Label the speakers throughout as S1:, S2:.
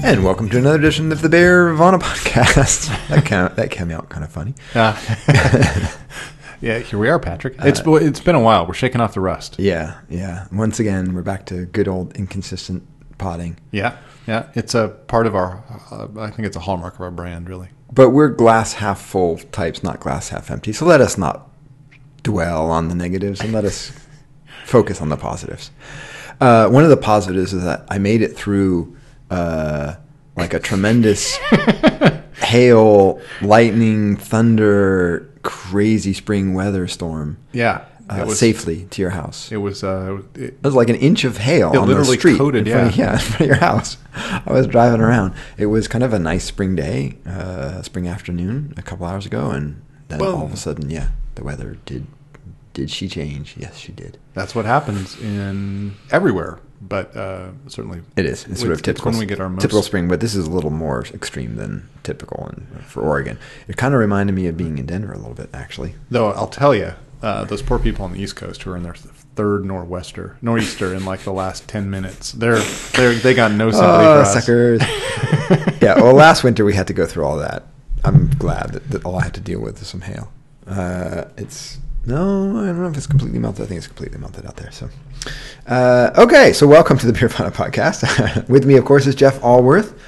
S1: And welcome to another edition of the Bear Vana podcast. that came, that came out kind of funny.
S2: Uh, yeah, here we are, Patrick. It's it's been a while. We're shaking off the rust.
S1: Uh, Yeah, yeah. Once again, we're back to good old inconsistent potting.
S2: Yeah, yeah. It's a part of our. Uh, I think it's a hallmark of our brand, really.
S1: But we're glass half full types, not glass half empty. So let us not dwell on the negatives and let us focus on the positives. Uh, one of the positives is that I made it through uh, like a tremendous hail, lightning, thunder, crazy spring weather storm
S2: Yeah,
S1: uh,
S2: it was.
S1: safely to your house.
S2: It was. Uh, it,
S1: It was like an inch of hail
S2: It
S1: on
S2: literally
S1: the street.
S2: coated,
S1: in front of-
S2: yeah.
S1: yeah, in front of your house. I was driving around. It was kind of a nice spring day, uh, spring afternoon, a couple hours ago, and then
S2: Well-
S1: all of a sudden, yeah, the weather did. Did she change? Yes, she did.
S2: that's what happens in everywhere, but uh, certainly
S1: It is. It's sort
S2: It's-
S1: of typical.
S2: it's when we get our most-
S1: typical spring, but this is a little more extreme than typical in, for Oregon. It kind of reminded me of being in Denver a little bit, actually.
S2: Though I'll tell you, uh, those poor people on the East Coast who are in their th- third nor'wester, nor'easter in like the last ten minutes, they're they they got no sympathy for
S1: Oh,
S2: us.
S1: suckers! yeah. Well, last winter we had to go through all that. I'm glad that, that all I had to deal with is some hail. Uh, it's no, I don't know if it's completely melted. I think it's completely melted out there. So, uh, okay. So, welcome to the Beer Fauna podcast. with me, of course, is Jeff Allworth,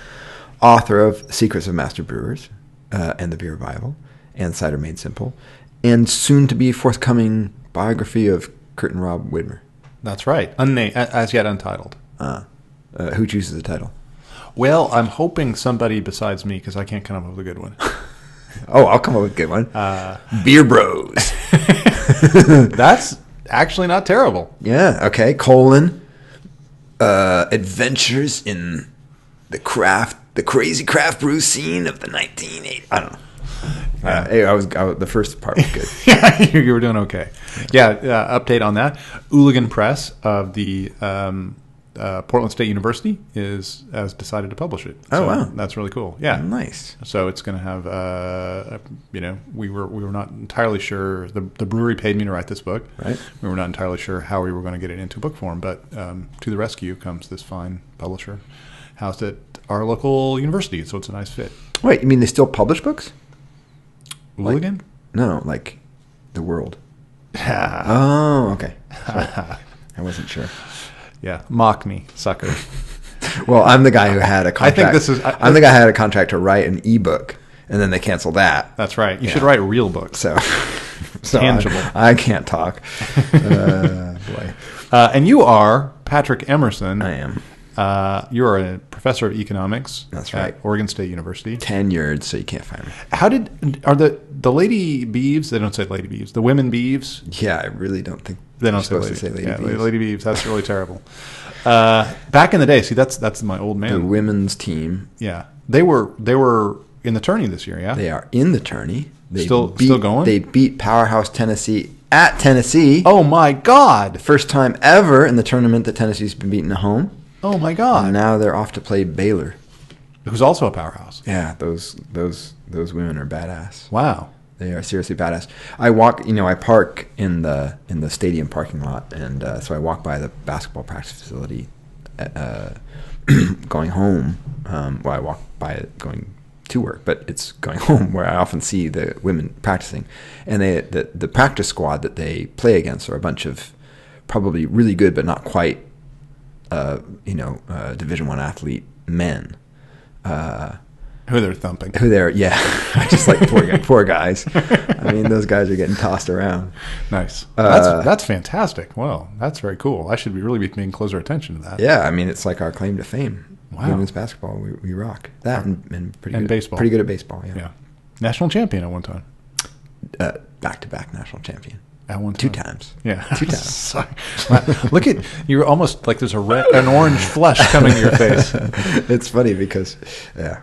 S1: author of Secrets of Master Brewers uh, and the Beer Bible and Cider Made Simple, and soon to be forthcoming biography of Kurt and Rob Widmer.
S2: That's right. Unnamed, as yet untitled.
S1: Uh, uh, who chooses the title?
S2: Well, I'm hoping somebody besides me because I can't come up with a good one.
S1: Oh, I'll come up with a good one.
S2: Uh,
S1: Beer Bros.
S2: that's actually not terrible.
S1: yeah. Okay. Colon. Uh, adventures in the craft, the crazy craft brew scene of the 1980s. I don't know. Uh, hey, I was, I was the first part was good.
S2: Yeah, you you were doing okay. Yeah, uh, update on that. Ooligan Press of the um, uh, Portland State University is has decided to publish it.
S1: Oh, wow.
S2: that's really cool. Yeah,
S1: nice.
S2: so it's going to have uh, you know we were we were not entirely sure the the brewery paid me to write this book.
S1: Right.
S2: we were not entirely sure how we were going to get it into book form, but um, to the rescue comes this fine publisher housed at our local university, so it's a nice fit.
S1: Wait, you mean they still publish books?
S2: Ooligan.
S1: No, like the world. Oh, okay. Sorry. I wasn't sure.
S2: yeah, mock me, sucker.
S1: Well, I'm the guy who had a
S2: I
S1: contract.
S2: think this is- I-
S1: I'm the guy who had a contract to write an ebook, and then they canceled that.
S2: That's right. You should
S1: Yeah.
S2: write real books.
S1: So, so I-
S2: Tangible.
S1: I, can't talk. Uh, boy,
S2: Uh, and you are Patrick Emerson.
S1: I am
S2: Uh, you are a professor of economics.
S1: That's
S2: at
S1: right.
S2: Oregon State University.
S1: tenured, so you can't fire me.
S2: How did are the the lady beeves? They don't say lady beeves. The women beeves.
S1: Yeah, I really don't think
S2: They
S1: you're
S2: don't say
S1: supposed
S2: lady,
S1: to say lady.
S2: yeah,
S1: Bees.
S2: lady beeves. That's really terrible. Uh, back in the day, see that's that's my old
S1: The
S2: man.
S1: women's team.
S2: yeah, they were they were in the tourney this year. Yeah,
S1: They are in the tourney. They
S2: Still-
S1: beat,
S2: still going?
S1: They beat powerhouse Tennessee at Tennessee.
S2: Oh my god!
S1: First time ever in the tournament that Tennessee's been beaten at home.
S2: Oh my
S1: And
S2: god!
S1: now they're off to play Baylor.
S2: Who's also a powerhouse?
S1: Yeah, those those those women are badass.
S2: Wow.
S1: They are seriously badass. I walk, you know, I park in the in the stadium parking lot, and uh, so I walk by the basketball practice facility uh, going home. Um, well, I walk by it going to work, but it's going home where I often see the women practicing, and they the the practice squad that they play against are a bunch of probably really good but not quite, uh, you know, uh, Division One athlete men Uh,
S2: Who they're thumping?
S1: who they're yeah just like poor, guy- poor guys i mean those guys are getting tossed around
S2: Nice.
S1: Uh,
S2: that's that's fantastic. Wow, that's very cool. I should be really be paying closer attention to that.
S1: yeah i mean it's like our claim to fame
S2: Wow.
S1: women's basketball we, we rock that and, and pretty
S2: And
S1: good,
S2: baseball.
S1: pretty good at baseball yeah,
S2: Yeah. National champion at one time.
S1: Uh, back-to-back national champion
S2: At one time.
S1: two times
S2: Yeah.
S1: Two times.
S2: Sorry. Wow. Look at you're almost like there's a red, an orange flush coming to your face.
S1: it's funny because yeah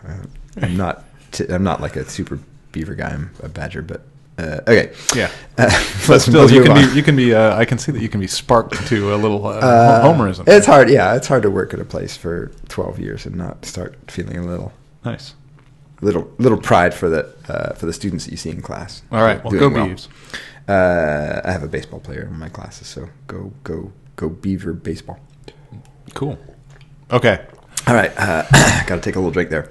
S1: i'm not t- i'm not like a super beaver guy i'm a badger but uh, okay
S2: Yeah.
S1: Uh,
S2: But still, you
S1: move
S2: can
S1: on.
S2: be you can be. Uh, I can see that you can be sparked to a little uh,
S1: Uh,
S2: ho- homerism.
S1: It's hard, yeah. It's hard to work at a place for 12 years and not start feeling a little
S2: nice.
S1: little little pride for the uh, for the students that you see in class.
S2: All right. Well,
S1: Doing
S2: go Beavs.
S1: Uh, I have a baseball player in my classes, so go go go Beaver baseball.
S2: Cool. Okay.
S1: All right, uh, got to take a little drink there.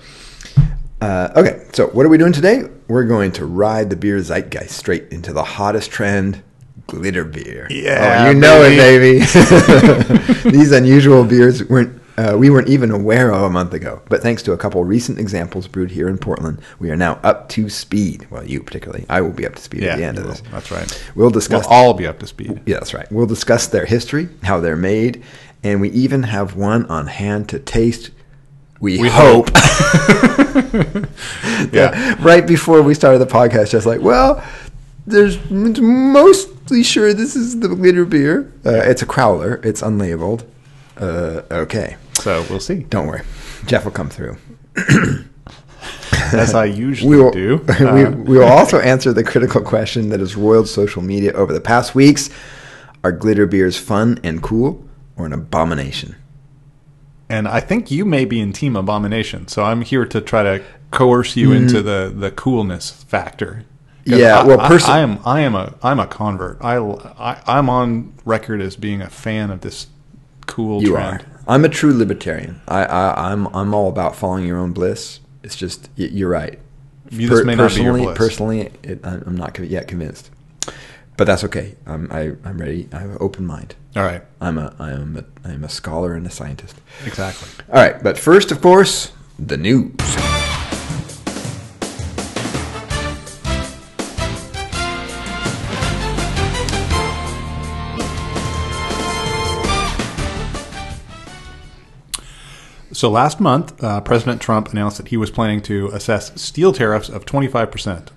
S1: Uh, okay, so what are we doing today? We're going to ride the beer zeitgeist straight into the hottest trend, glitter beer.
S2: Yeah,
S1: oh, you know
S2: baby.
S1: it, baby. These unusual beers weren't uh, we weren't even aware of a month ago, but thanks to a couple recent examples brewed here in Portland, we are now up to speed. Well, you particularly, I will be up to speed at the end
S2: you
S1: of
S2: will.
S1: this.
S2: That's right.
S1: We'll discuss.
S2: We'll all be up to speed.
S1: Yeah, that's right. We'll discuss their history, how they're made, and we even have one on hand to taste. We,
S2: We
S1: hope.
S2: Yeah.
S1: right before we started the podcast, just like, well, there's it's mostly sure this is the glitter beer. Uh, it's a crowler. It's unlabeled. Uh, okay,
S2: So we'll see.
S1: don't worry. Jeff will come through.
S2: As I usually
S1: we will,
S2: do.
S1: we,
S2: Uh,
S1: we will also answer the critical question that has roiled social media over the past weeks Are glitter beers fun and cool or an abomination?
S2: and I think you may be in Team Abomination, so I'm here to try to coerce you into the, the coolness factor. 'Cause
S1: Mm-hmm. Yeah,
S2: I,
S1: well,
S2: I-
S1: perso-
S2: I, am I am a I'm a convert. I, I am on record as being a fan of this cool
S1: You
S2: trend.
S1: are. I'm a true libertarian. I, I, I'm, I'm all about following your own bliss. It's just, y- you're right.
S2: You- this may not be your
S1: personally,
S2: bliss.
S1: personally, it, I- I'm not conv- yet convinced. But that's okay. I'm, I, I'm ready. I have an open mind.
S2: All right,
S1: I'm a, I am a, I'm a scholar and a scientist.
S2: exactly.
S1: All right, but first, of course, the news.
S2: So last month, uh, President Trump announced that he was planning to assess steel tariffs of 25%.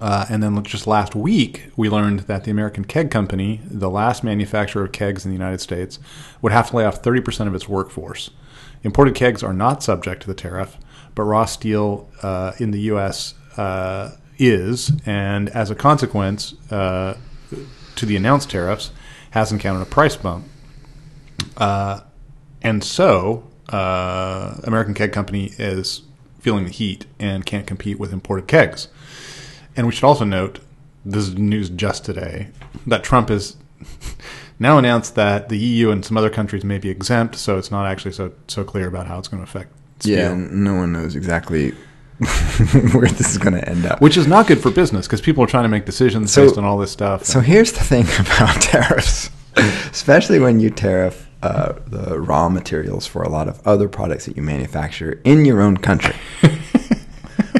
S2: Uh, and then just last week, we learned that the American Keg Company, the last manufacturer of kegs in the United States, would have to lay off 30% of its workforce. Imported kegs are not subject to the tariff, but raw steel uh, in the U.S. Uh, is, and as a consequence uh, to the announced tariffs, has encountered a price bump. Uh, And so, uh, American Keg Company is feeling the heat and can't compete with imported kegs. And we should also note this is news just today that Trump has now announced that the EU and some other countries may be exempt. So it's not actually so so clear about how it's going to affect. Steel.
S1: Yeah, n- no one knows exactly where this is going to end up.
S2: Which is not good for business because people are trying to make decisions
S1: So-
S2: based on all this stuff.
S1: So here's the thing about tariffs, especially when you tariff uh, the raw materials for a lot of other products that you manufacture in your own country.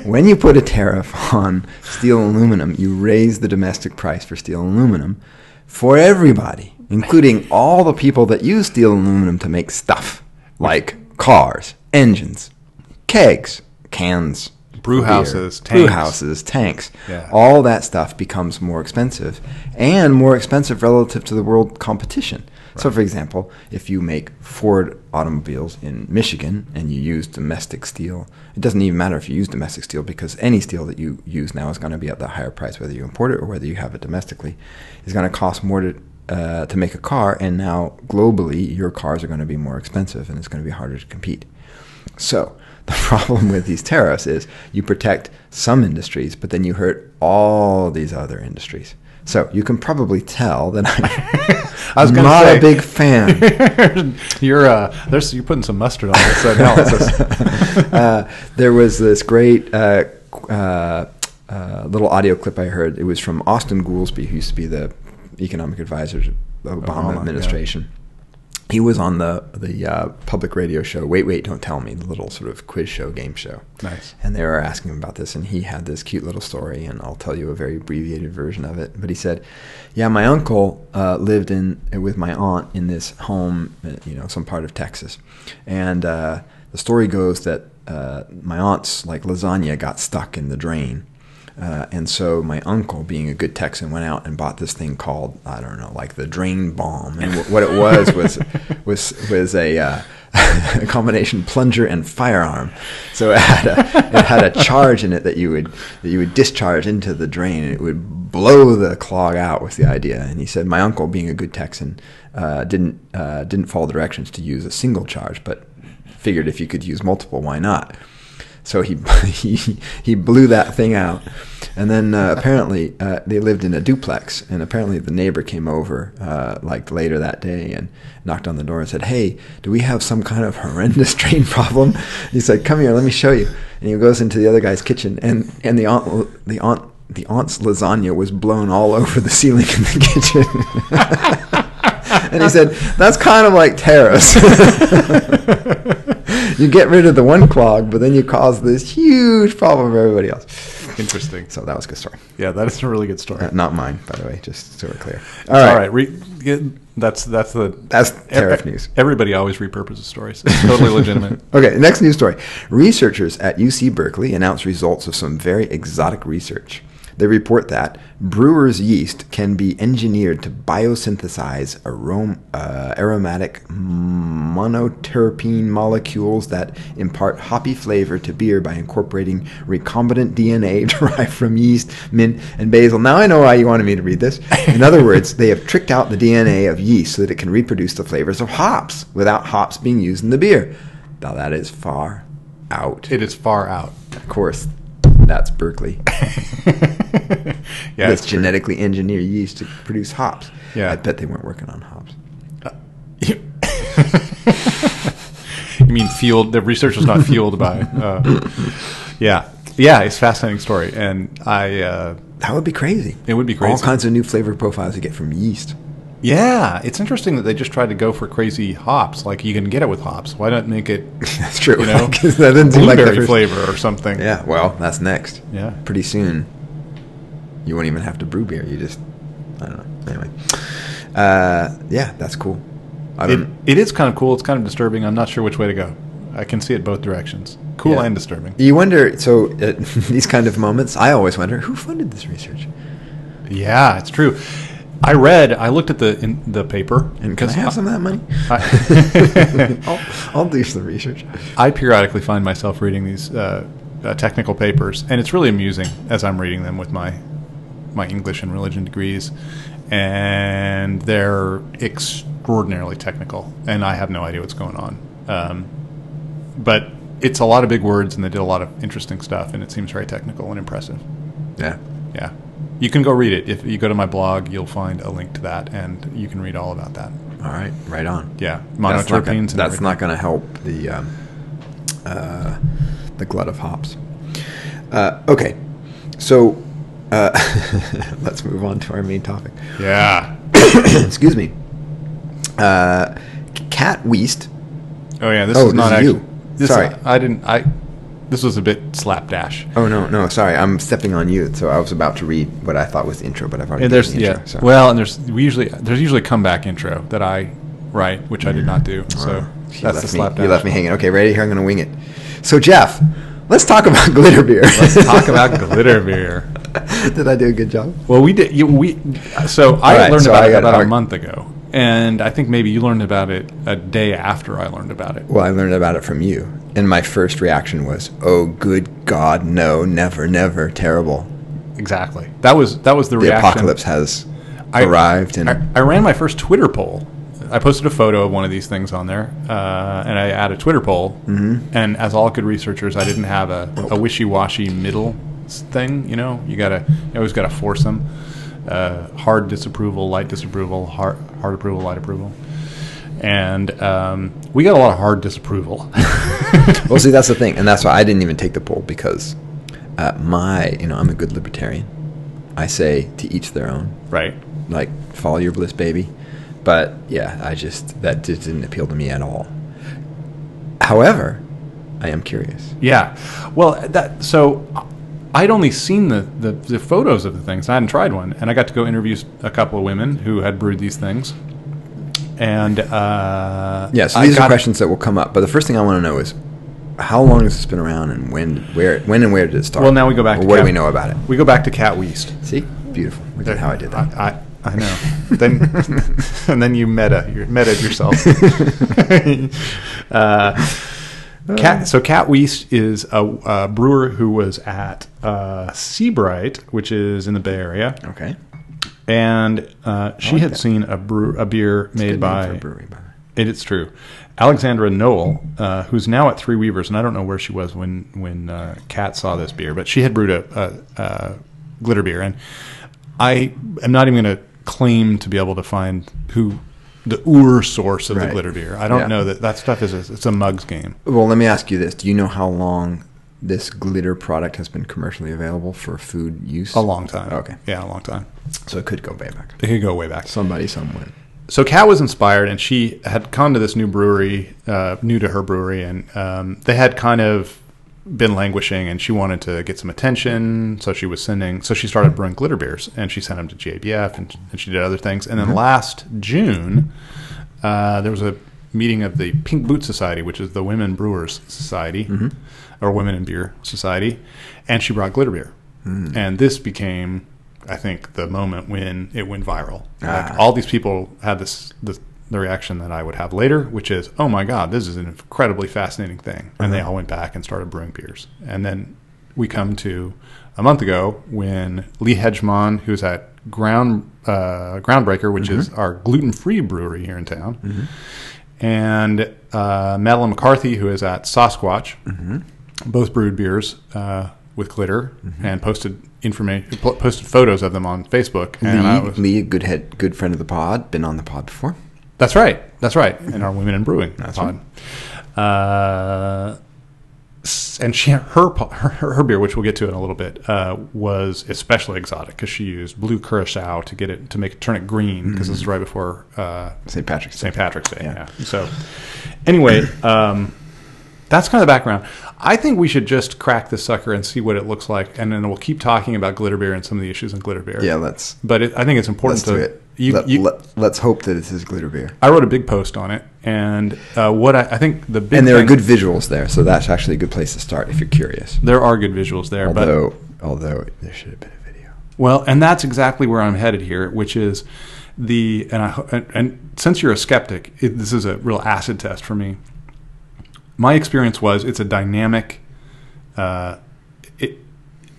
S1: when you put a tariff on steel and aluminum, you raise the domestic price for steel and aluminum for everybody, including all the people that use steel and aluminum to make stuff like cars, engines, kegs, cans,
S2: Brew
S1: beer,
S2: houses,
S1: brew
S2: tanks.
S1: houses, tanks.
S2: Yeah.
S1: All that stuff becomes more expensive and more expensive relative to the world competition. So, for example, if you make Ford automobiles in Michigan and you use domestic steel, it doesn't even matter if you use domestic steel because any steel that you use now is going to be at the higher price, whether you import it or whether you have it domestically, is going to cost more to. Uh, to make a car, and now globally, your cars are going to be more expensive and it's going to be harder to compete. So the problem with these tariffs is you protect some industries, but then you hurt all these other industries. So you can probably tell that I'm
S2: I was gonna
S1: not
S2: say-
S1: a big fan.
S2: you're uh, there's you're putting some mustard on this analysis.
S1: uh, there was this great uh, qu- uh, uh, little audio clip I heard. It was from Austin Goolsby, who used to be the economic advisor to the Obama,
S2: Obama, yeah.
S1: administration. He was on the the uh, public radio show. Wait, wait, don't tell me. The little sort of quiz show, game show.
S2: nice.
S1: and they were asking him about this and he had this cute little story and i'll tell you a very abbreviated version of it but he said yeah my uncle uh, lived in with my aunt in this home uh, you know some part of texas and uh, the story goes that uh, my aunt's like lasagna got stuck in the drain uh, and so my uncle, being a good Texan, went out and bought this thing called I don't know, like the drain bomb. And wh- what it was was was was a, uh, a combination plunger and firearm. So it had a it had a charge in it that you would that you would discharge into the drain, and it would blow the clog out. Was the idea? And he said my uncle, being a good Texan, uh, didn't uh, didn't follow directions to use a single charge, but figured if you could use multiple, why not? So he he he blew that thing out, and then uh, apparently uh, they lived in a duplex, and apparently the neighbor came over uh, like later that day and knocked on the door and said, "Hey, do we have some kind of horrendous drain problem?" He said, "Come here, let me show you." And he goes into the other guy's kitchen, and and the aunt the aunt the aunt's lasagna was blown all over the ceiling in the kitchen. and he said, "That's kind of like tariffs." you get rid of the one clog, but then you cause this huge problem for everybody else.
S2: Interesting.
S1: So that was a good story.
S2: Yeah, that is a really good story.
S1: Uh, not mine, by the way, just so we're clear.
S2: All right. Re- yeah, that's that's the
S1: That's tariff
S2: ev-
S1: news.
S2: Everybody always repurposes stories. It's totally legitimate.
S1: Okay, next news story. Researchers at UC Berkeley announced results of some very exotic research. They report that brewer's yeast can be engineered to biosynthesize arom- uh, aromatic monoterpene molecules that impart hoppy flavor to beer by incorporating recombinant DNA derived from yeast, mint, and basil. Now I know why you wanted me to read this. In other words, they have tricked out the DNA of yeast so that it can reproduce the flavors of hops without hops being used in the beer. Now that is far out.
S2: It is far out.
S1: Of course, that's Berkeley.
S2: yeah,
S1: Let's
S2: it's true.
S1: genetically engineer yeast to produce hops.
S2: Yeah.
S1: I bet they weren't working on hops.
S2: you mean fueled? The research was not fueled by. Uh, yeah, yeah, it's a fascinating story, and I. Uh,
S1: That would be crazy.
S2: It would be
S1: All
S2: crazy.
S1: kinds of new flavor profiles you get from yeast.
S2: yeah, it's interesting that they just tried to go for crazy hops. Like you can get it with hops. Why not make it
S1: That's true.
S2: You know,
S1: 'Cause that doesn't seem like the
S2: blueberry
S1: first-
S2: flavor or something?
S1: Yeah, well, that's next.
S2: yeah.
S1: Pretty soon, you won't even have to brew beer. You just, I don't know. Anyway, uh, yeah, that's cool. I
S2: It,
S1: don't.
S2: it is kind of cool. It's kind of disturbing. I'm not sure which way to go. I can see it both directions. Cool
S1: Yeah.
S2: and disturbing.
S1: you wonder. So at these kind of moments, I always wonder who funded this research.
S2: Yeah, it's true. I read. I looked at the in the paper
S1: And can I have some of that money?
S2: I-
S1: I'll, I'll do some research.
S2: I periodically find myself reading these uh, uh, technical papers, and it's really amusing as I'm reading them with my my English and religion degrees, and they're extraordinarily technical, and I have no idea what's going on. Um, but it's a lot of big words, and they did a lot of interesting stuff, and it seems very technical and impressive.
S1: Yeah.
S2: Yeah, you can go read it if you go to my blog. You'll find a link to that, and you can read all about that.
S1: All right. Right on.
S2: Yeah,
S1: That's not gonna-
S2: monoterpenes. and
S1: That's not going to help the um, uh, the glut of hops. Uh, okay, so uh, let's move on to our main topic.
S2: Yeah.
S1: Excuse me. Uh, Cat Weist.
S2: Oh yeah, this
S1: Oh,
S2: is
S1: this
S2: not
S1: is
S2: actually.
S1: you.
S2: This uh,
S1: Sorry.
S2: I didn't. I. This was a bit slapdash.
S1: Oh no, no, sorry, I'm stepping on you. So I was about to read what I thought was the intro, but I've already
S2: And there's
S1: given the
S2: yeah.
S1: intro, so.
S2: Well, and there's we usually there's usually a comeback intro that I write, which I did not do. So
S1: Uh, you
S2: that's the
S1: left me,
S2: slapdash.
S1: you left me hanging. Okay, ready here. I'm going to wing it. So Jeff, let's talk about glitter beer.
S2: Let's talk about glitter beer.
S1: Did I do a good job?
S2: Well, we did. You, we so I
S1: right,
S2: learned
S1: so
S2: about
S1: I
S2: it
S1: got-
S2: about
S1: all
S2: a
S1: right.
S2: month ago, and I think maybe you learned about it a day after I learned about it.
S1: Well, I learned about it from you, and my first reaction was, "Oh, good God, no, never, never, terrible."
S2: Exactly. That was that was the,
S1: The
S2: reaction.
S1: apocalypse has
S2: I-
S1: arrived, and
S2: I, I ran my first Twitter poll. I posted a photo of one of these things on there, uh, and I had a Twitter poll. Mm-hmm. And as all good researchers, I didn't have a, a wishy-washy middle s- thing. You know, you gotta you always gotta force them. Uh, hard disapproval, light disapproval, hard hard approval, light approval. And um, we got a lot of hard disapproval.
S1: well, see, that's the thing, and that's why I didn't even take the poll because uh, my, you know, I'm a good libertarian. I say to each their own.
S2: right.
S1: like follow your bliss baby but yeah i just that just didn't appeal to me at all however i am curious
S2: Yeah. Well, that so I'd only seen the, the, the photos of the things. I hadn't tried one, and I got to go interview s- a couple of women who had brewed these things. And uh,
S1: yeah so
S2: I
S1: these are
S2: got-
S1: questions that will come up but the first thing i want to know is how long has this been around and when where when and where did it start
S2: Well, now we go back.
S1: Or
S2: to
S1: what
S2: Cat-
S1: do we know about it
S2: We go back to Cat Weast.
S1: see beautiful look at how i did that
S2: I, I, I know. then and then you meta you meta yourself. uh, Cat, so Cat Weist is a, a brewer who was at uh, Seabright, which is in the Bay Area.
S1: okay
S2: and uh, she
S1: like
S2: had
S1: that.
S2: seen a brew a beer
S1: Good
S2: made
S1: name for
S2: by
S1: a brewery by the way.
S2: It is true. Alexandra Noel, uh, who's now at Three Weavers, and I don't know where she was when when uh, Kat saw this beer, but she had brewed a, a, a glitter beer, and I am not even going to claim to be able to find who the ur source of the
S1: Right.
S2: glitter beer. I don't
S1: Yeah.
S2: know that that stuff is a, it's a mugs game.
S1: Well, let me ask you this: Do you know how long this glitter product has been commercially available for food use?
S2: A long time.
S1: Okay.
S2: yeah, a long time.
S1: So it could go way back.
S2: It could go way back.
S1: Somebody, somewhere.
S2: so Kat was inspired, and she had gone to this new brewery, uh, new to her brewery, and um, they had kind of been languishing, and she wanted to get some attention. So she was sending, so she started brewing glitter beers, and she sent them to GABF, and, and she did other things. And then last June, uh, there was a meeting of the Pink Boot Society, which is the Women Brewers Society, or Women in Beer Society, and she brought glitter beer, and this became. I think the moment when it went viral, Like,
S1: Ah.
S2: all these people had this, this the reaction that I would have later, which is, "Oh my God, this is an incredibly fascinating thing," and they all went back and started brewing beers. And then we come to a month ago when Lee Hedgemon, who's at Ground uh, Groundbreaker, which is our gluten-free brewery here in town, and uh, Madeline McCarthy, who is at Sasquatch, both brewed beers uh, with glitter and posted information, posted photos of them on Facebook. And I
S1: Lee,
S2: was-
S1: Lee, a good head, good friend of the pod, been on the pod before.
S2: That's right. That's right. In our Women in Brewing That's
S1: right.
S2: pod. Uh, s- and she, her, po- her her beer, which we'll get to in a little bit, uh, was especially exotic because she used blue curacao to get it to make turn it green because this is right before uh,
S1: St. Patrick's.
S2: St. Patrick's Day. Yeah.
S1: Mm-hmm. Yeah.
S2: So anyway, um, that's kind of the background. I think we should just crack this sucker and see what it looks like, and then we'll keep talking about glitter beer and some of the issues in glitter beer.
S1: Yeah, let's
S2: But it, I think
S1: let's
S2: it's important
S1: do
S2: to
S1: it.
S2: you-
S1: let,
S2: you-
S1: us hope that this is glitter beer.
S2: I wrote a big post on it, and uh, what I, I think the big
S1: And there are
S2: thing-
S1: good visuals there, so that's actually a good place to start if you're curious.
S2: there are good visuals there, but
S1: Although, although there should have been a video.
S2: Well, and that's exactly where I'm headed here, which is the and I ho- and, and since you're a skeptic, it, this is a real acid test for me. My experience was it's a dynamic. Uh, it,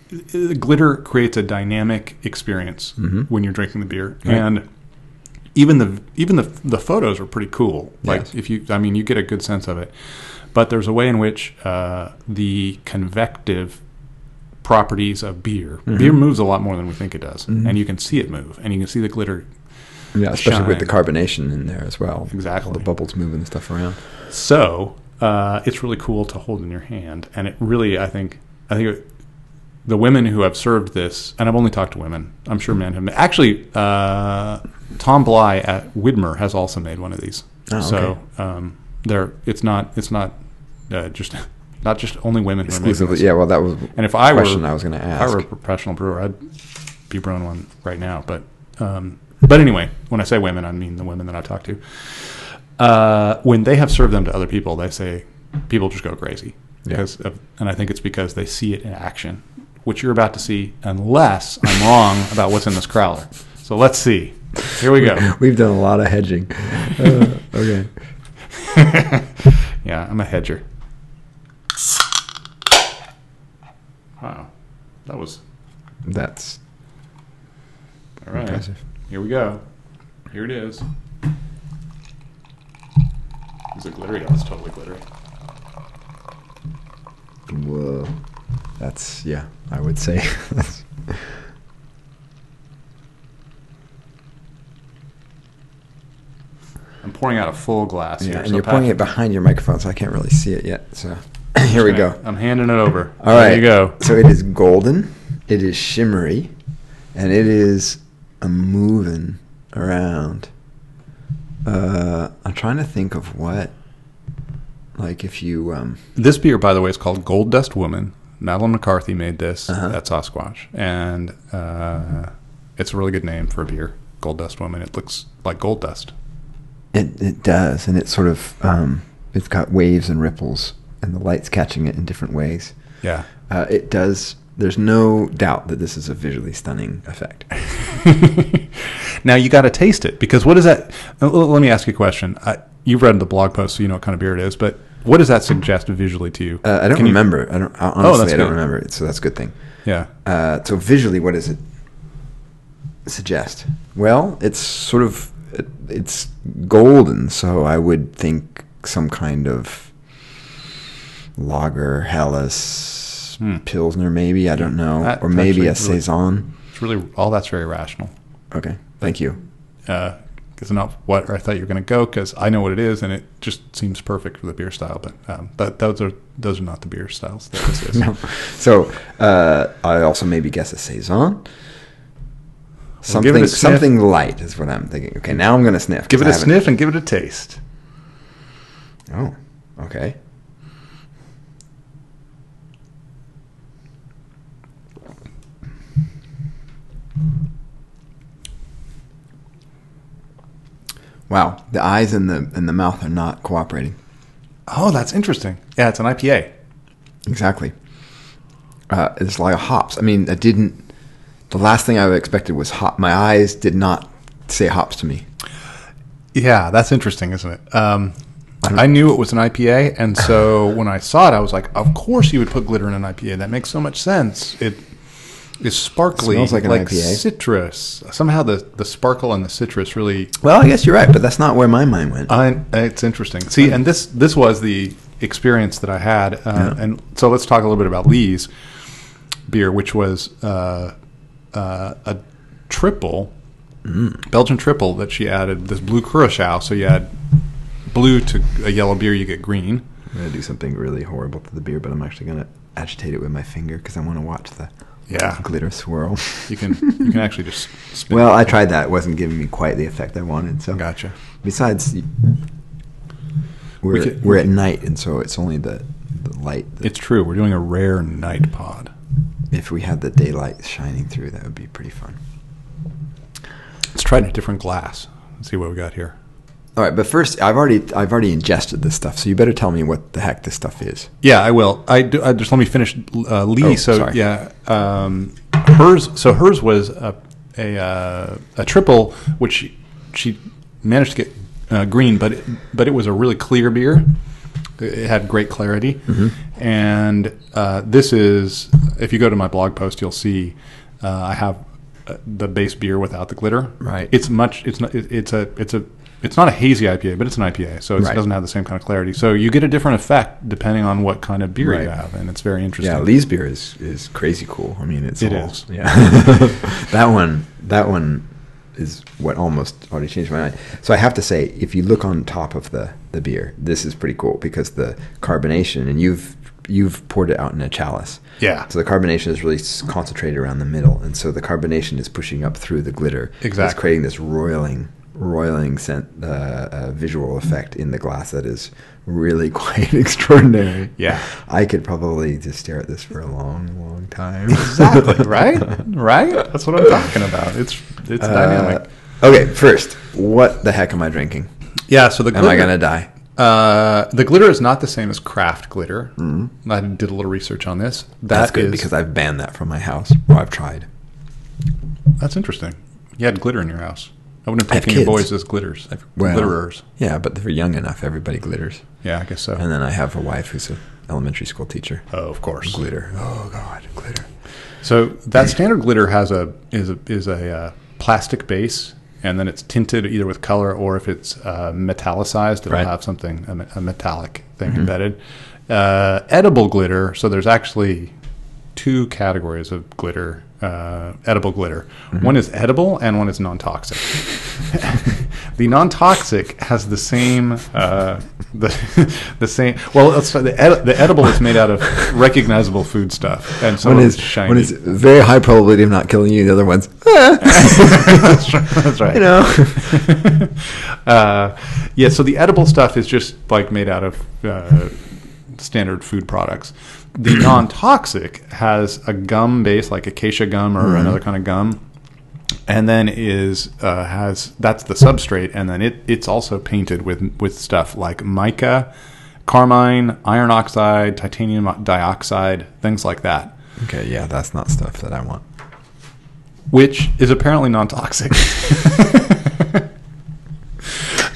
S2: it- glitter creates a dynamic experience when you're drinking the beer,
S1: Mm-hmm. Right.
S2: and even the even the the photos are pretty cool. Like
S1: Yes.
S2: if you, I mean, you get a good sense of it. But there's a way in which uh, the convective properties of beer.
S1: Mm-hmm.
S2: Beer moves a lot more than we think it does, and you can see it move, and you can see the glitter.
S1: Yeah, especially with the
S2: Shine.
S1: carbonation in there as well.
S2: Exactly.
S1: All the bubbles moving stuff around.
S2: So uh, it's really cool to hold in your hand, and it really, I think, I think it, the women who have served this, and I've only talked to women. I'm sure men have. Actually, uh, Tom Bly at Widmer has also made one of these.
S1: Oh,
S2: So um, there, it's not, it's not uh, just. Not just only women who are making
S1: Exclusively.
S2: this.
S1: Yeah, well, that was
S2: And if I were
S1: question I was gonna
S2: if I were a
S1: ask.
S2: professional brewer, I'd be brewing one right now. But um, but anyway, when I say women, I mean the women that I've talked to. Uh, when they have served them to other people, they say people just go crazy
S1: Yeah.
S2: because of, and I think it's because they see it in action, which you're about to see, unless I'm wrong about what's in this crowler. So let's see. Here we go.
S1: We've done a lot of hedging. Uh, okay.
S2: yeah, I'm a hedger. Wow, that was
S1: That's
S2: all right.
S1: impressive.
S2: Here we go. Here it is. Is it glittery? That's totally glittery.
S1: Whoa. That's, yeah, I would say. that's-
S2: I'm pouring out a full glass
S1: yeah,
S2: here.
S1: and
S2: so
S1: you're
S2: Pat-
S1: pointing it behind your microphone, so I can't really see it yet. So here we go.
S2: I'm handing it over.
S1: All right.
S2: There you go.
S1: So it is golden, it is shimmery, and it is a moving around. Uh, I'm trying to think of what, like if you, um,
S2: This beer, by the way, is called Gold Dust Woman. Madeline McCarthy made this
S1: Uh-huh. Mm-hmm.
S2: at Sasquatch, and uh, it's a really good name for a beer. Gold Dust Woman. It looks like gold dust.
S1: it it does, and it's sort of, um, it's got waves and ripples, and the light's catching it in different ways.
S2: Yeah.
S1: Uh, it does. There's no doubt that this is a visually stunning effect.
S2: now you got to taste it because what is that? l- l- Let me ask you a question. I, you've read the blog post, so you know what kind of beer it is. But what does that suggest visually to you?
S1: Uh, I don't
S2: Can you- Oh,
S1: remember. I don't. I- Honestly,
S2: that's
S1: I don't
S2: good.
S1: remember it, so that's a good thing.
S2: yeah.
S1: Uh, so visually, what does it suggest? Well, it's sort of it, it's golden. So I would think some kind of lager, Helles,
S2: Hmm.
S1: Pilsner, maybe. I don't know,
S2: That
S1: or maybe a
S2: actually really-
S1: saison.
S2: It's really all that's very rational.
S1: Okay, thank you.
S2: Uh, it's not what I thought you were going to go because I know what it is, and it just seems perfect for the beer style. But um, that those are those are not the beer styles that this is.
S1: No. So uh, I also maybe guess a saison.
S2: Well, give
S1: Something,
S2: it a sniff.
S1: something light is what I'm thinking. Okay, now I'm gonna sniff.
S2: Give it
S1: 'cause
S2: a
S1: I haven't-
S2: sniff and give it a taste.
S1: Oh, okay. Wow, the eyes and the and the mouth are not cooperating.
S2: Oh, that's interesting. Yeah, it's an IPA.
S1: Exactly. Uh, it's like a hops. I mean, I didn't. The last thing I expected was hop. My eyes did not say hops to me.
S2: Yeah, that's interesting, isn't it? Um, I knew it was an IPA, and so when I saw it, I was like, "Of course, you would put glitter in an IPA. That makes so much sense." It is sparkly,
S1: Smells like an IPA.
S2: citrus. Somehow, the the sparkle and the citrus really.
S1: Well, I guess you're right, but that's not where my mind went.
S2: I, it's interesting. See, and this this was the experience that I had, uh, and so let's talk a little bit about Lee's beer, which was uh, uh, a triple
S1: Mm.
S2: Belgian triple that she added this blue curacao. So you add blue to a yellow beer, you get green.
S1: I'm gonna do something really horrible to the beer, but I'm actually gonna agitate it with my finger because I want to watch the
S2: Yeah,
S1: glitter swirl.
S2: you can you can actually just spin.
S1: well, I tried that; it wasn't giving me quite the effect I wanted. So,
S2: gotcha.
S1: besides, y- we're we
S2: could-
S1: are at night, and so it's only the the light. That
S2: It's true. We're doing a rare night pod.
S1: if we had the daylight shining through, that would be pretty fun.
S2: Let's try it in a different glass. Let's see what we got here.
S1: All right, but first, I've already I've already ingested this stuff, so you better tell me what the heck this stuff is.
S2: Yeah, I will. I, do, I just let me finish uh, Lee.
S1: Oh,
S2: so
S1: sorry.
S2: yeah, um, hers. So hers was a a, uh, a triple, which she, she managed to get uh, green, but it, but it was a really clear beer. It it had great clarity,
S1: Mm-hmm.
S2: and uh, this is. If you go to my blog post, you'll see uh, I have uh, the base beer without the glitter.
S1: Right.
S2: It's much. It's not. it- It's a. It's a. It's not a hazy IPA, but it's an IPA, so it's-
S1: Right.
S2: it doesn't have the same kind of clarity. So you get a different effect depending on what kind of beer you
S1: Right.
S2: have, and it's very interesting.
S1: Yeah, Lee's beer is is crazy cool. I mean, it's
S2: It
S1: all-
S2: is.
S1: Yeah, that one that one is what almost already changed my mind. So I have to say, if you look on top of the the beer, this is pretty cool because the carbonation and you've you've poured it out in a chalice.
S2: Yeah.
S1: So the carbonation is really s- concentrated around the middle, and so the carbonation is pushing up through the glitter. It's
S2: Exactly.
S1: creating this roiling, roiling scent, uh, uh, visual effect in the glass that is really quite extraordinary.
S2: Yeah.
S1: I could probably just stare at this for a long, long time.
S2: exactly. Right. Right. That's what I'm talking about. It's it's
S1: Uh,
S2: dynamic.
S1: Okay, first, what the heck am I drinking?
S2: Yeah. So the
S1: Am
S2: glitter,
S1: I gonna die?
S2: uh, the glitter is not the same as craft glitter. I did a little research on this. That
S1: Mm-hmm. That's good
S2: is-
S1: because I've banned that from my house. Well, I've tried.
S2: that's interesting. You had glitter in your house. I wouldn't
S1: I
S2: have
S1: have
S2: taken your
S1: kids.
S2: boys as glitters.
S1: Well-
S2: glitterers.
S1: Yeah, but they're young enough. Everybody glitters.
S2: Yeah, I guess so.
S1: And then I have a wife who's an elementary school teacher.
S2: oh, of course.
S1: Glitter. Oh God, glitter.
S2: So that standard glitter has a is a is a uh, plastic base, and then it's tinted either with color or if it's uh, metallicized, it'll
S1: Right.
S2: have something a, me- a metallic thing embedded. Uh, edible glitter. So there's actually two categories of glitter. Uh, edible glitter. One is edible and one is non toxic. the non toxic has the same uh, the the same. Well, let's say the, ed- the edible is made out of recognizable food stuff, and so
S1: One
S2: it's
S1: is
S2: shiny.
S1: one is very high probability of not killing you. The other one's, eh,
S2: that's right. That's right.
S1: you know.
S2: uh, yeah, so the edible stuff is just like made out of uh, standard food products. The non toxic has a gum base, like acacia gum or
S1: Mm-hmm.
S2: another kind of gum, and then is uh, has that's the substrate, and then it it's also painted with with stuff like mica, carmine, iron oxide, titanium dioxide, things like that
S1: Okay, yeah, that's not stuff that I want.
S2: which is apparently non-toxic.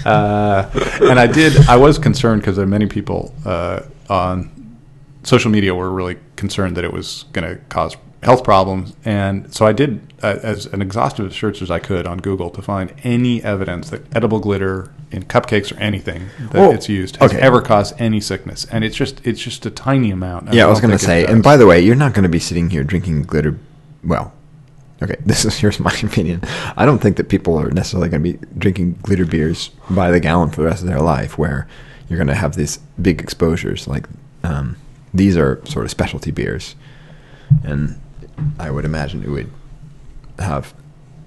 S2: uh, and I did. I was concerned because there are many people uh, on social media were really concerned that it was going to cause health problems. And so I did uh, as an exhaustive search as I could on Google to find any evidence that edible glitter in cupcakes or anything that
S1: Well,
S2: it's used has
S1: okay.
S2: ever caused any sickness. And it's just it's just a tiny amount.
S1: yeah, I was
S2: don't
S1: going to
S2: think it
S1: say.
S2: does.
S1: And by the way, you're not going to be sitting here drinking glitter. Well, okay, this is here's my opinion. I don't think that people are necessarily going to be drinking glitter beers by the gallon for the rest of their life, where you're going to have these big exposures. Like um, these are sort of specialty beers, and I would imagine it would have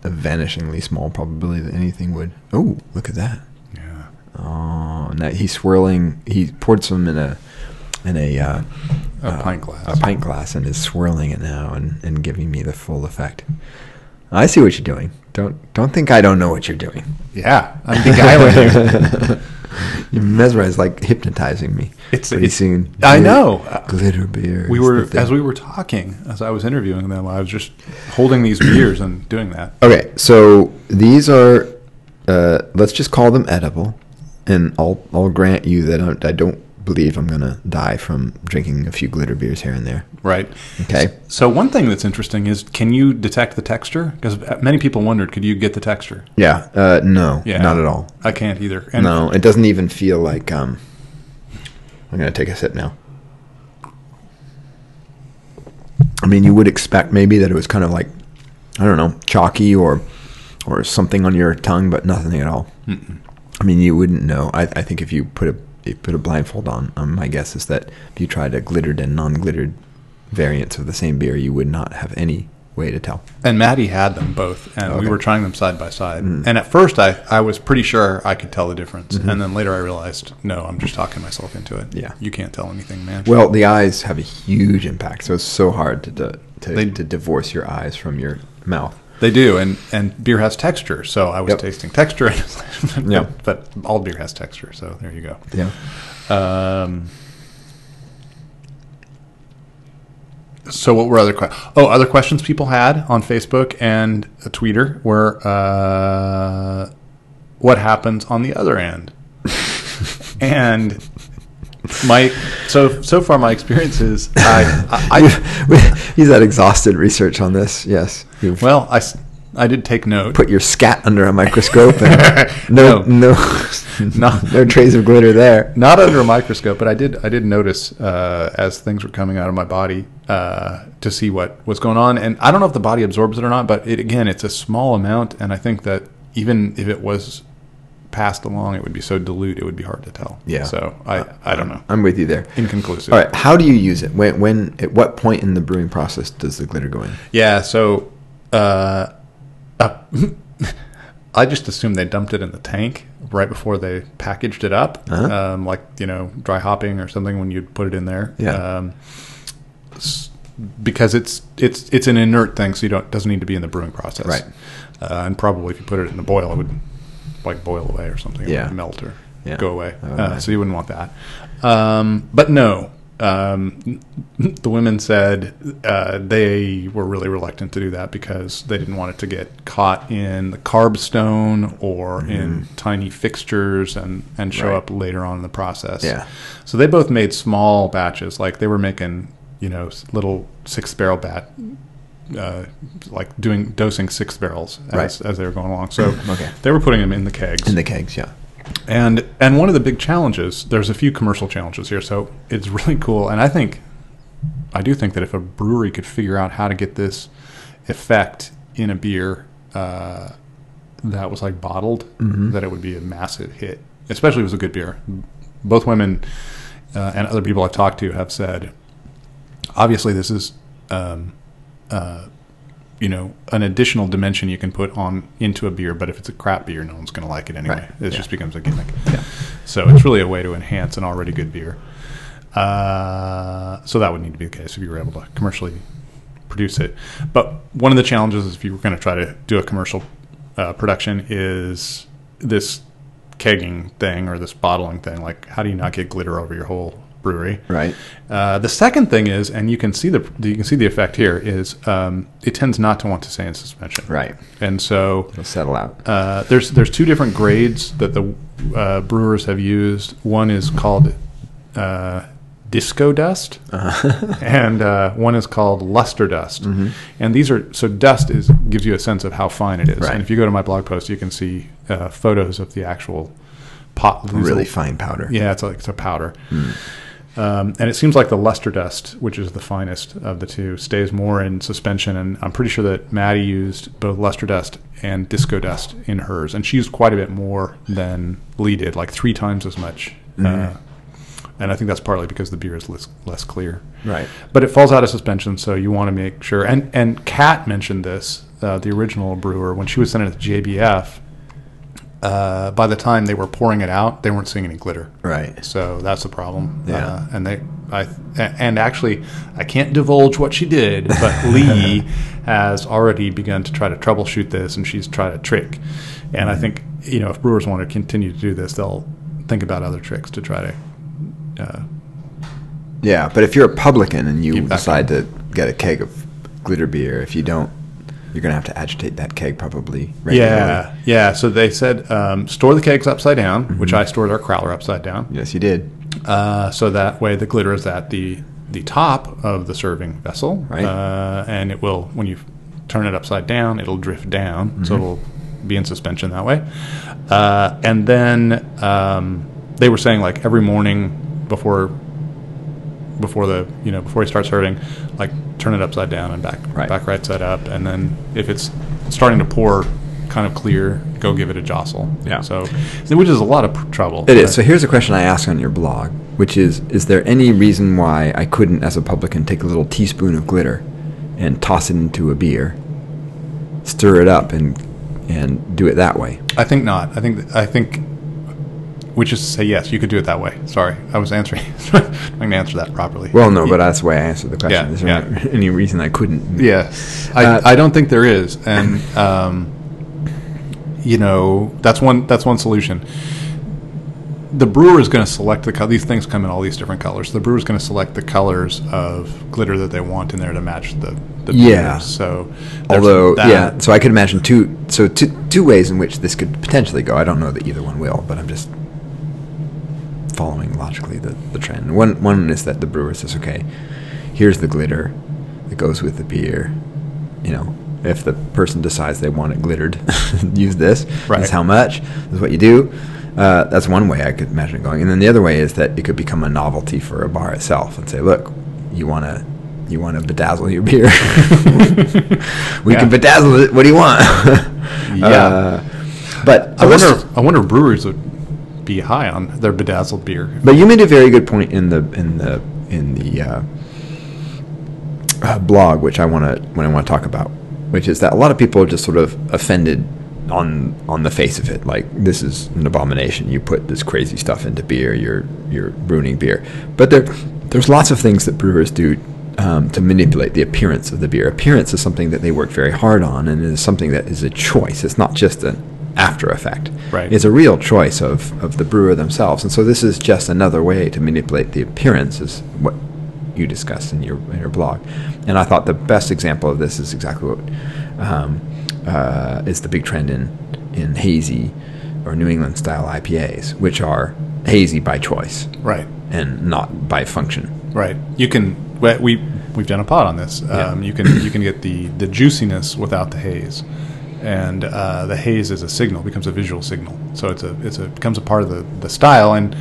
S1: a vanishingly small probability that anything would. Oh, look at that!
S2: yeah.
S1: Oh, now he's swirling. He poured some in a in a. Uh,
S2: a pint glass.
S1: a pint glass and is swirling it now and, and giving me the full effect. I see what you're doing. Don't don't think I don't know what you're doing.
S2: Yeah, I'm the guy with you.
S1: you mesmerized, like hypnotizing me.
S2: It's-
S1: pretty
S2: it's-
S1: soon.
S2: I know.
S1: glitter beer.
S2: We were as we were talking as I was interviewing them. I was just holding these beers and doing that.
S1: Okay, so these are. Uh, let's just call them edible, and I'll I'll grant you that I, I don't believe I'm gonna die from drinking a few glitter beers here and there.
S2: Right.
S1: Okay.
S2: So one thing that's interesting is can you detect the texture? Because many people wondered, could you get the texture?
S1: Yeah. Uh, no. Not at all.
S2: I can't either. And
S1: no, it doesn't even feel like. Um, I'm gonna take a sip now. I mean, you would expect maybe that it was kind of like, I don't know, chalky or, or something on your tongue, but nothing at all. I mean, you wouldn't know. I, I think if you put a if you put a blindfold on, um, my guess is that if you tried a glittered and non-glittered variants of the same beer, you would not have any way to tell.
S2: And Maddie had them both, and we
S1: Okay. Mm.
S2: were trying them side by side. And at first, I, I was pretty sure I could tell the difference. And then later, I realized, no, I'm just talking myself into it.
S1: Mm-hmm. Yeah.
S2: You can't tell anything, man.
S1: Well, the eyes have a huge impact, so it's so hard to to, to,
S2: They-
S1: to divorce your eyes from your mouth.
S2: They do, and and beer has texture. So I was
S1: Yep.
S2: tasting texture, and it's like-
S1: Yeah.
S2: But all beer has texture, so there you go.
S1: Yeah.
S2: Um, so what were other questions? Oh, other questions people had on Facebook and Twitter were uh, what happens on the other end, and my so so far my experience is I, I, I
S1: He's had exhausted research on this. Yes. You've
S2: well I s- I did take note.
S1: put your scat under a microscope. And no, no, no,
S2: No.
S1: trace of glitter there.
S2: not under a microscope, but I did I did notice uh, as things were coming out of my body uh, to see what was going on, and I don't know if the body absorbs it or not, but it again it's a small amount, and I think that even if it was passed along, it would be so dilute it would be hard to tell.
S1: Yeah.
S2: So I I don't know.
S1: I'm with you there.
S2: Inconclusive.
S1: All right. How do you use it? When, when, at what point in the brewing process does the glitter go in?
S2: Yeah. So. Uh, uh, I just assumed they dumped it in the tank right before they packaged it up,
S1: Uh-huh.
S2: um, like you know dry hopping or something when you'd put it in there.
S1: Yeah.
S2: Um, s- because it's it's it's an inert thing, so you don't doesn't need to be in the brewing process.
S1: Right.
S2: Uh, and probably if you put it in the boil, it would like boil away or something. It
S1: Yeah.
S2: would melt or
S1: Yeah.
S2: go away.
S1: I would
S2: Uh, so you wouldn't want that. Um, but no. Um, the women said uh, they were really reluctant to do that because they didn't want it to get caught in the carb stone or in tiny fixtures and, and show
S1: Mm-hmm. Right.
S2: up later on in the process.
S1: Yeah.
S2: So they both made small batches. Like they were making, you know, s- little six barrel bat, uh, like doing dosing six barrels as,
S1: Right.
S2: as they were going along. So
S1: Okay.
S2: they were putting them in the kegs.
S1: In the kegs, yeah.
S2: And and one of the big challenges, there's a few commercial challenges here, so it's really cool. And I think, I do think that if a brewery could figure out how to get this effect in a beer uh, that was like bottled,
S1: Mm-hmm.
S2: that it would be a massive hit. Especially if it was a good beer. Both women uh, and other people I've talked to have said, obviously this is. Um, uh, you know, an additional dimension you can put on into a beer, but if it's a crap beer, no one's going to like it anyway.
S1: Right.
S2: It
S1: Yeah.
S2: just becomes a gimmick. So it's really a way to enhance an already good beer. Uh, so that would need to be the case if you were able to commercially produce it. But one of the challenges is if you were going to try to do a commercial uh, production is this kegging thing or this bottling thing. Like, how do you not get glitter over your whole brewery?
S1: Right.
S2: Uh, the second thing is, and you can see the you can see the effect here is um, it tends not to want to stay in suspension,
S1: Right.
S2: And so
S1: It'll settle out.
S2: uh, there's there's two different grades that the uh, brewers have used. One is called uh, disco dust, and uh, one is called luster dust.
S1: Mm-hmm.
S2: And these are so dust is gives you a sense of how fine it is.
S1: Right.
S2: And if you go to my blog post, you can see uh, photos of the actual pot. these
S1: really
S2: little-
S1: fine powder.
S2: yeah, it's like it's a powder. Um, and it seems like the luster dust, which is the finest of the two, stays more in suspension. And I'm pretty sure that Maddie used both luster dust and disco dust in hers, and she used quite a bit more than Lee did, like three times as much. Uh, and I think that's partly because the beer is less, less clear
S1: Right.
S2: but it falls out of suspension, so you want to make sure. And and Kat mentioned this, uh, the original brewer, when she was sending it to JBF. Uh, by the time they were pouring it out, they weren't seeing any glitter,
S1: Right.
S2: so that's a problem.
S1: Yeah.
S2: uh, and they, I, a- and actually, I can't divulge what she did, but Lee has already begun to try to troubleshoot this, and she's tried a trick. And I think you know, if brewers want to continue to do this, they'll think about other tricks to try to uh,
S1: Yeah, but if you're a publican and you
S2: Keep that
S1: decide to get a keg of glitter beer, if you don't, you're going to have to agitate that keg probably regularly.
S2: Yeah, yeah. So they said um, store the kegs upside down, which I stored our crowler upside down,
S1: Yes, you did.
S2: uh, so that way the glitter is at the the top of the serving vessel,
S1: Right.
S2: Uh, and it will when you turn it upside down, it'll drift down, so
S1: Mm-hmm.
S2: it'll be in suspension that way. Uh, and then um, they were saying like every morning before before the you know before you start serving, like turn it upside down and back
S1: Right.
S2: back right side up, and then if it's starting to pour kind of clear, go give it a jostle.
S1: Yeah.
S2: So, so which is a lot of pr- trouble.
S1: It is. So here's a question I asked on your blog, which is Is there any reason why I couldn't, as a publican, take a little teaspoon of glitter and toss it into a beer, stir it up, and, and do it that way?
S2: I think not. I think I think, which is to say, yes, you could do it that way. Sorry, I was answering. I'm going to answer that properly.
S1: Well, no, but that's the way I answered the question.
S2: Yeah,
S1: is there any reason I couldn't?
S2: Yeah, I,
S1: Uh,
S2: I don't think there is, and um, you know that's one that's one solution. The brewer is going to select the color. These things come in all these different colors. The brewer is going to select the colors of glitter that they want in there to match the. the
S1: Yeah.
S2: beer. So, there's
S1: Although,
S2: that.
S1: yeah, so I could imagine two, so two, two ways in which this could potentially go. I don't know that either one will, but I'm just following logically the, the trend. One one is that the brewer says, okay, here's the glitter that goes with the beer. You know, if the person decides they want it glittered, use this.
S2: Right.
S1: That's how much. That's what you do. Uh, that's one way I could imagine it going. And then the other way is that it could become a novelty for a bar itself and say, look, you want to. You want to bedazzle your beer? we
S2: Yeah.
S1: can bedazzle it. What do you want?
S2: Yeah.
S1: Uh, but
S2: I wonder. I wonder if brewers would be high on their bedazzled beer.
S1: But you made a very good point in the in the in the uh, uh, blog, which I want to when I want to talk about, which is that a lot of people are just sort of offended on on the face of it, like this is an abomination. You put this crazy stuff into beer, you're you're ruining beer. But there there's lots of things that brewers do. Um, to manipulate the appearance of the beer. Appearance is something that they work very hard on, and it is something that is a choice. It's not just an after effect.
S2: Right.
S1: It's a real choice of, of the brewer themselves. And so this is just another way to manipulate the appearance, is what you discussed in your, in your blog. And I thought the best example of this is exactly what um, uh, is the big trend in, in hazy or New England style IPAs, which are hazy by choice
S2: Right.
S1: and not by function.
S2: Right. You can we we- we've done a pod on this. Um, you can you can get the the juiciness without the haze, and uh, the haze is a signal becomes a visual signal. So it's a it's a becomes a part of the the style and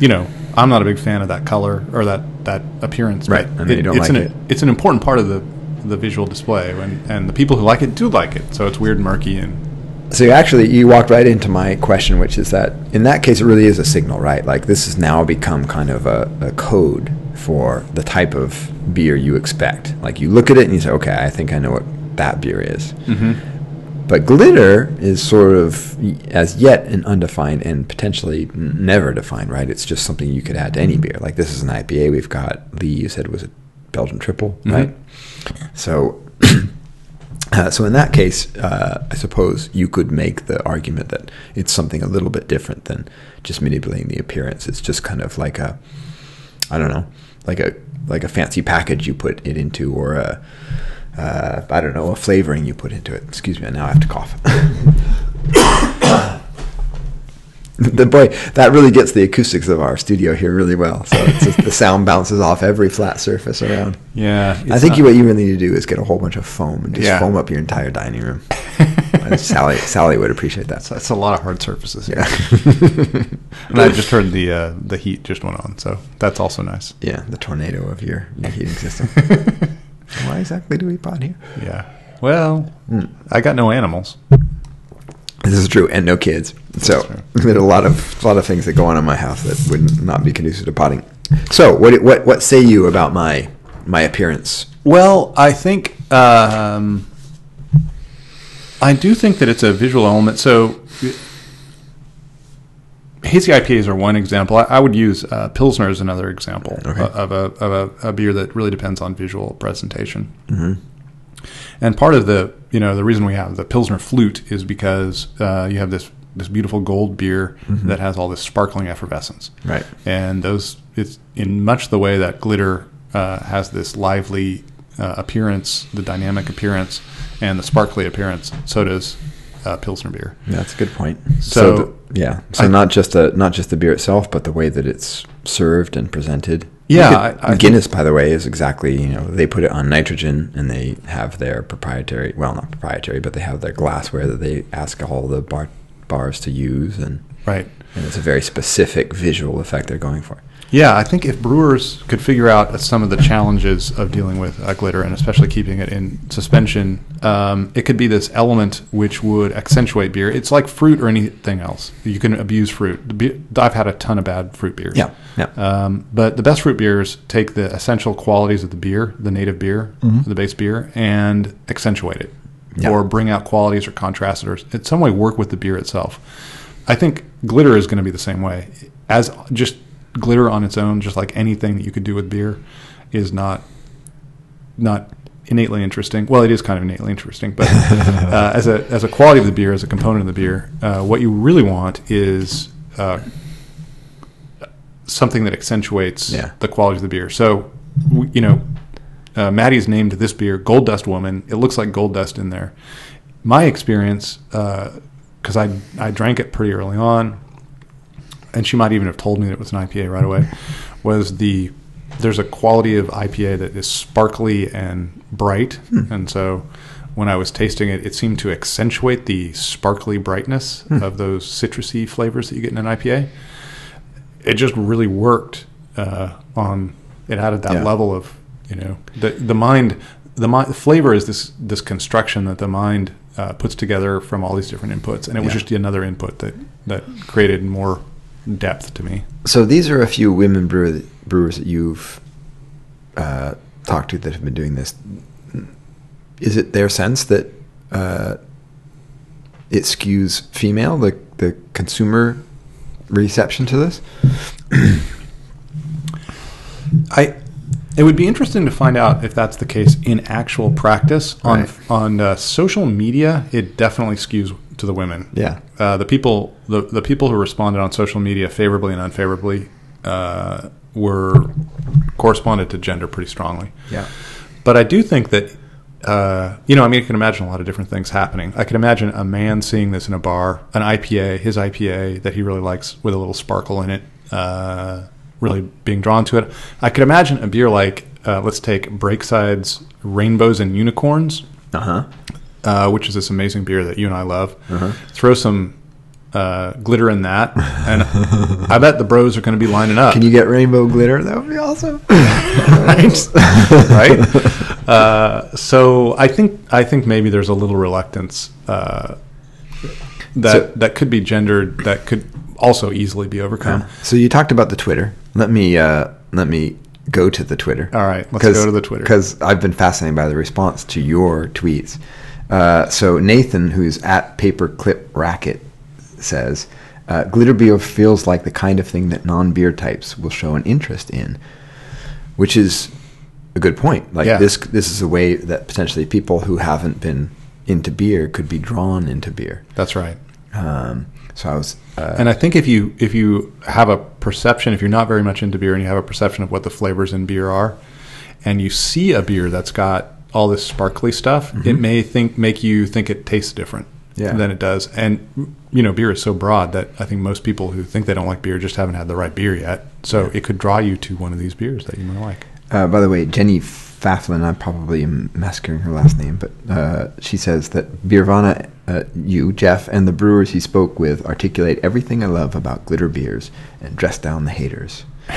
S2: you know. I'm not a big fan of that color or that, that appearance. but
S1: Right, I know you don't
S2: it's
S1: like
S2: an,
S1: it.
S2: It's an important part of the, the visual display, and, and the people who like it do like it. So it's weird, and murky, and
S1: So you actually you walked right into my question, which is that in that case it really is a signal, right? Like this has now become kind of a, a code for the type of beer you expect. Like you look at it and you say, okay, I think I know what that beer is. Mm-hmm. But glitter is sort of y- as yet an undefined and potentially n- never defined, right? It's just something you could add to any beer. Like this is an IPA we've got. Lee, you said was a Belgian triple, right? So, uh, so in that case, uh, I suppose you could make the argument that it's something a little bit different than just manipulating the appearance. It's just kind of like a, I don't know, like a like a fancy package you put it into, or a, uh, I don't know, a flavoring you put into it. Excuse me, now I have to cough. the boy that really gets the acoustics of our studio here really well. So it's just, the sound bounces off every flat surface around.
S2: Yeah,
S1: I think you, what you really need to do is get a whole bunch of foam and just
S2: Yeah.
S1: foam up your entire dining room. And Sally, Sally would appreciate that.
S2: That's, that's a lot of hard surfaces.
S1: Yeah,
S2: Yeah, and I just heard the uh, the heat just went on, so that's also nice.
S1: yeah, the tornado of your your heating system. Why Hmm. exactly do we pot here?
S2: yeah. Well, I got no animals.
S1: This is true, and no kids. So
S2: true.
S1: there are a lot of a lot of things that go on in my house that would not be conducive to potting. So what what what say you about my my appearance?
S2: Well, I think um, I do think that it's a visual element. So hazy IPAs are one example. I, I would use uh, Pilsner as another example
S1: Okay.
S2: of, a, of a, a beer that really depends on visual presentation. And part of the you know the reason we have the Pilsner flute is because uh, you have this this beautiful gold beer that has all this sparkling effervescence
S1: Right.
S2: and those it's in much the way that glitter uh, has this lively uh, appearance, the dynamic appearance, and the sparkly appearance. So does uh, pilsner beer.
S1: That's a good point.
S2: So-
S1: the- yeah, so
S2: I-
S1: not just the not just the beer itself, but the way that it's served and presented.
S2: Yeah,
S1: You
S2: I- I think-
S1: Guinness, by the way, is exactly you know they put it on nitrogen and they have their proprietary well not proprietary but they have their glassware that they ask all the bar bars to use and,
S2: Right.
S1: and it's a very specific visual effect they're going for.
S2: Yeah, I think if brewers could figure out some of the challenges of dealing with uh, glitter and especially keeping it in suspension, um, it could be this element which would accentuate beer. It's like fruit or anything else. You can abuse fruit. The be- I've had a ton of bad fruit beers.
S1: Yeah, yeah.
S2: Um, but the best fruit beers take the essential qualities of the beer, the native beer, the base beer, and accentuate it
S1: Mm-hmm. Yeah.
S2: or bring out qualities or contrast it or in some way work with the beer itself. I think glitter is going to be the same way. As just glitter on its own, just like anything that you could do with beer, is not not innately interesting. Well, it is kind of innately interesting, but uh, as a as a quality of the beer, as a component of the beer, uh, what you really want is uh, something that accentuates
S1: Yeah.
S2: the quality of the beer. So, we, you know, uh, Maddie's named this beer Gold Dust Woman. It looks like gold dust in there. My experience, because I I drank it pretty early on, and she might even have told me that it was an IPA right away, was the there's a quality of IPA that is sparkly and bright, and so when I was tasting it, it seemed to accentuate the sparkly brightness
S1: Hmm.
S2: of those citrusy flavors that you get in an IPA. It just really worked uh, on it added that
S1: Yeah.
S2: level of you know the the mind the mind flavor is this this construction that the mind uh, puts together from all these different inputs, and it was
S1: Yeah.
S2: just another input that that created more depth to me.
S1: So these are a few women brewer, brewers that you've uh, talked to that have been doing this. Is it their sense that uh, it skews female, the the consumer reception to this?
S2: I it would be interesting to find out if that's the case in actual practice on
S1: Right.
S2: on uh, social media. It definitely skews to the women.
S1: Yeah,
S2: Uh, the people the, the people who responded on social media favorably and unfavorably uh, were corresponded to gender pretty strongly.
S1: yeah,
S2: But I do think that, uh, you know, I mean, I can imagine a lot of different things happening. I can imagine a man seeing this in a bar, an IPA, his IPA that he really likes with a little sparkle in it, uh, really being drawn to it. I could imagine a beer like, uh, let's take Breakside's Rainbows and Unicorns,
S1: uh huh,
S2: uh, which is this amazing beer that you and I love.
S1: Uh-huh.
S2: Throw some uh, glitter in that, and I bet the bros are going to be lining up.
S1: Can you get rainbow glitter? That would be awesome.
S2: right? right? Uh, so I think I think maybe there's a little reluctance uh, that
S1: So-
S2: that could be gendered that could also easily be overcome.
S1: so you talked about the Twitter. Let me uh, let me go to the Twitter.
S2: All right, let's go to the Twitter.
S1: because I've been fascinated by the response to your tweets. Uh, so Nathan, who's at Paperclip Racket, says, uh, "Glitter beer feels like the kind of thing that non-beer types will show an interest in," which is a good point. Like
S2: Yeah.
S1: this, this is a way that potentially people who haven't been into beer could be drawn into beer.
S2: That's right.
S1: Um, so I was, uh,
S2: And I think if you if you have a perception, if you're not very much into beer and you have a perception of what the flavors in beer are, and you see a beer that's got all this sparkly stuff, it may think make you think it tastes different.
S1: Mm-hmm. Yeah.
S2: than it does. And you know, beer is so broad that I think most people who think they don't like beer just haven't had the right beer yet. So it could draw you to one of these beers that you might like.
S1: Uh, by the way, Jenny Faflin, I probably am massacring her last name, but uh, she says that Birvana, uh, you, Jeff, and the brewers he spoke with articulate everything I love about glitter beers and dress down the haters.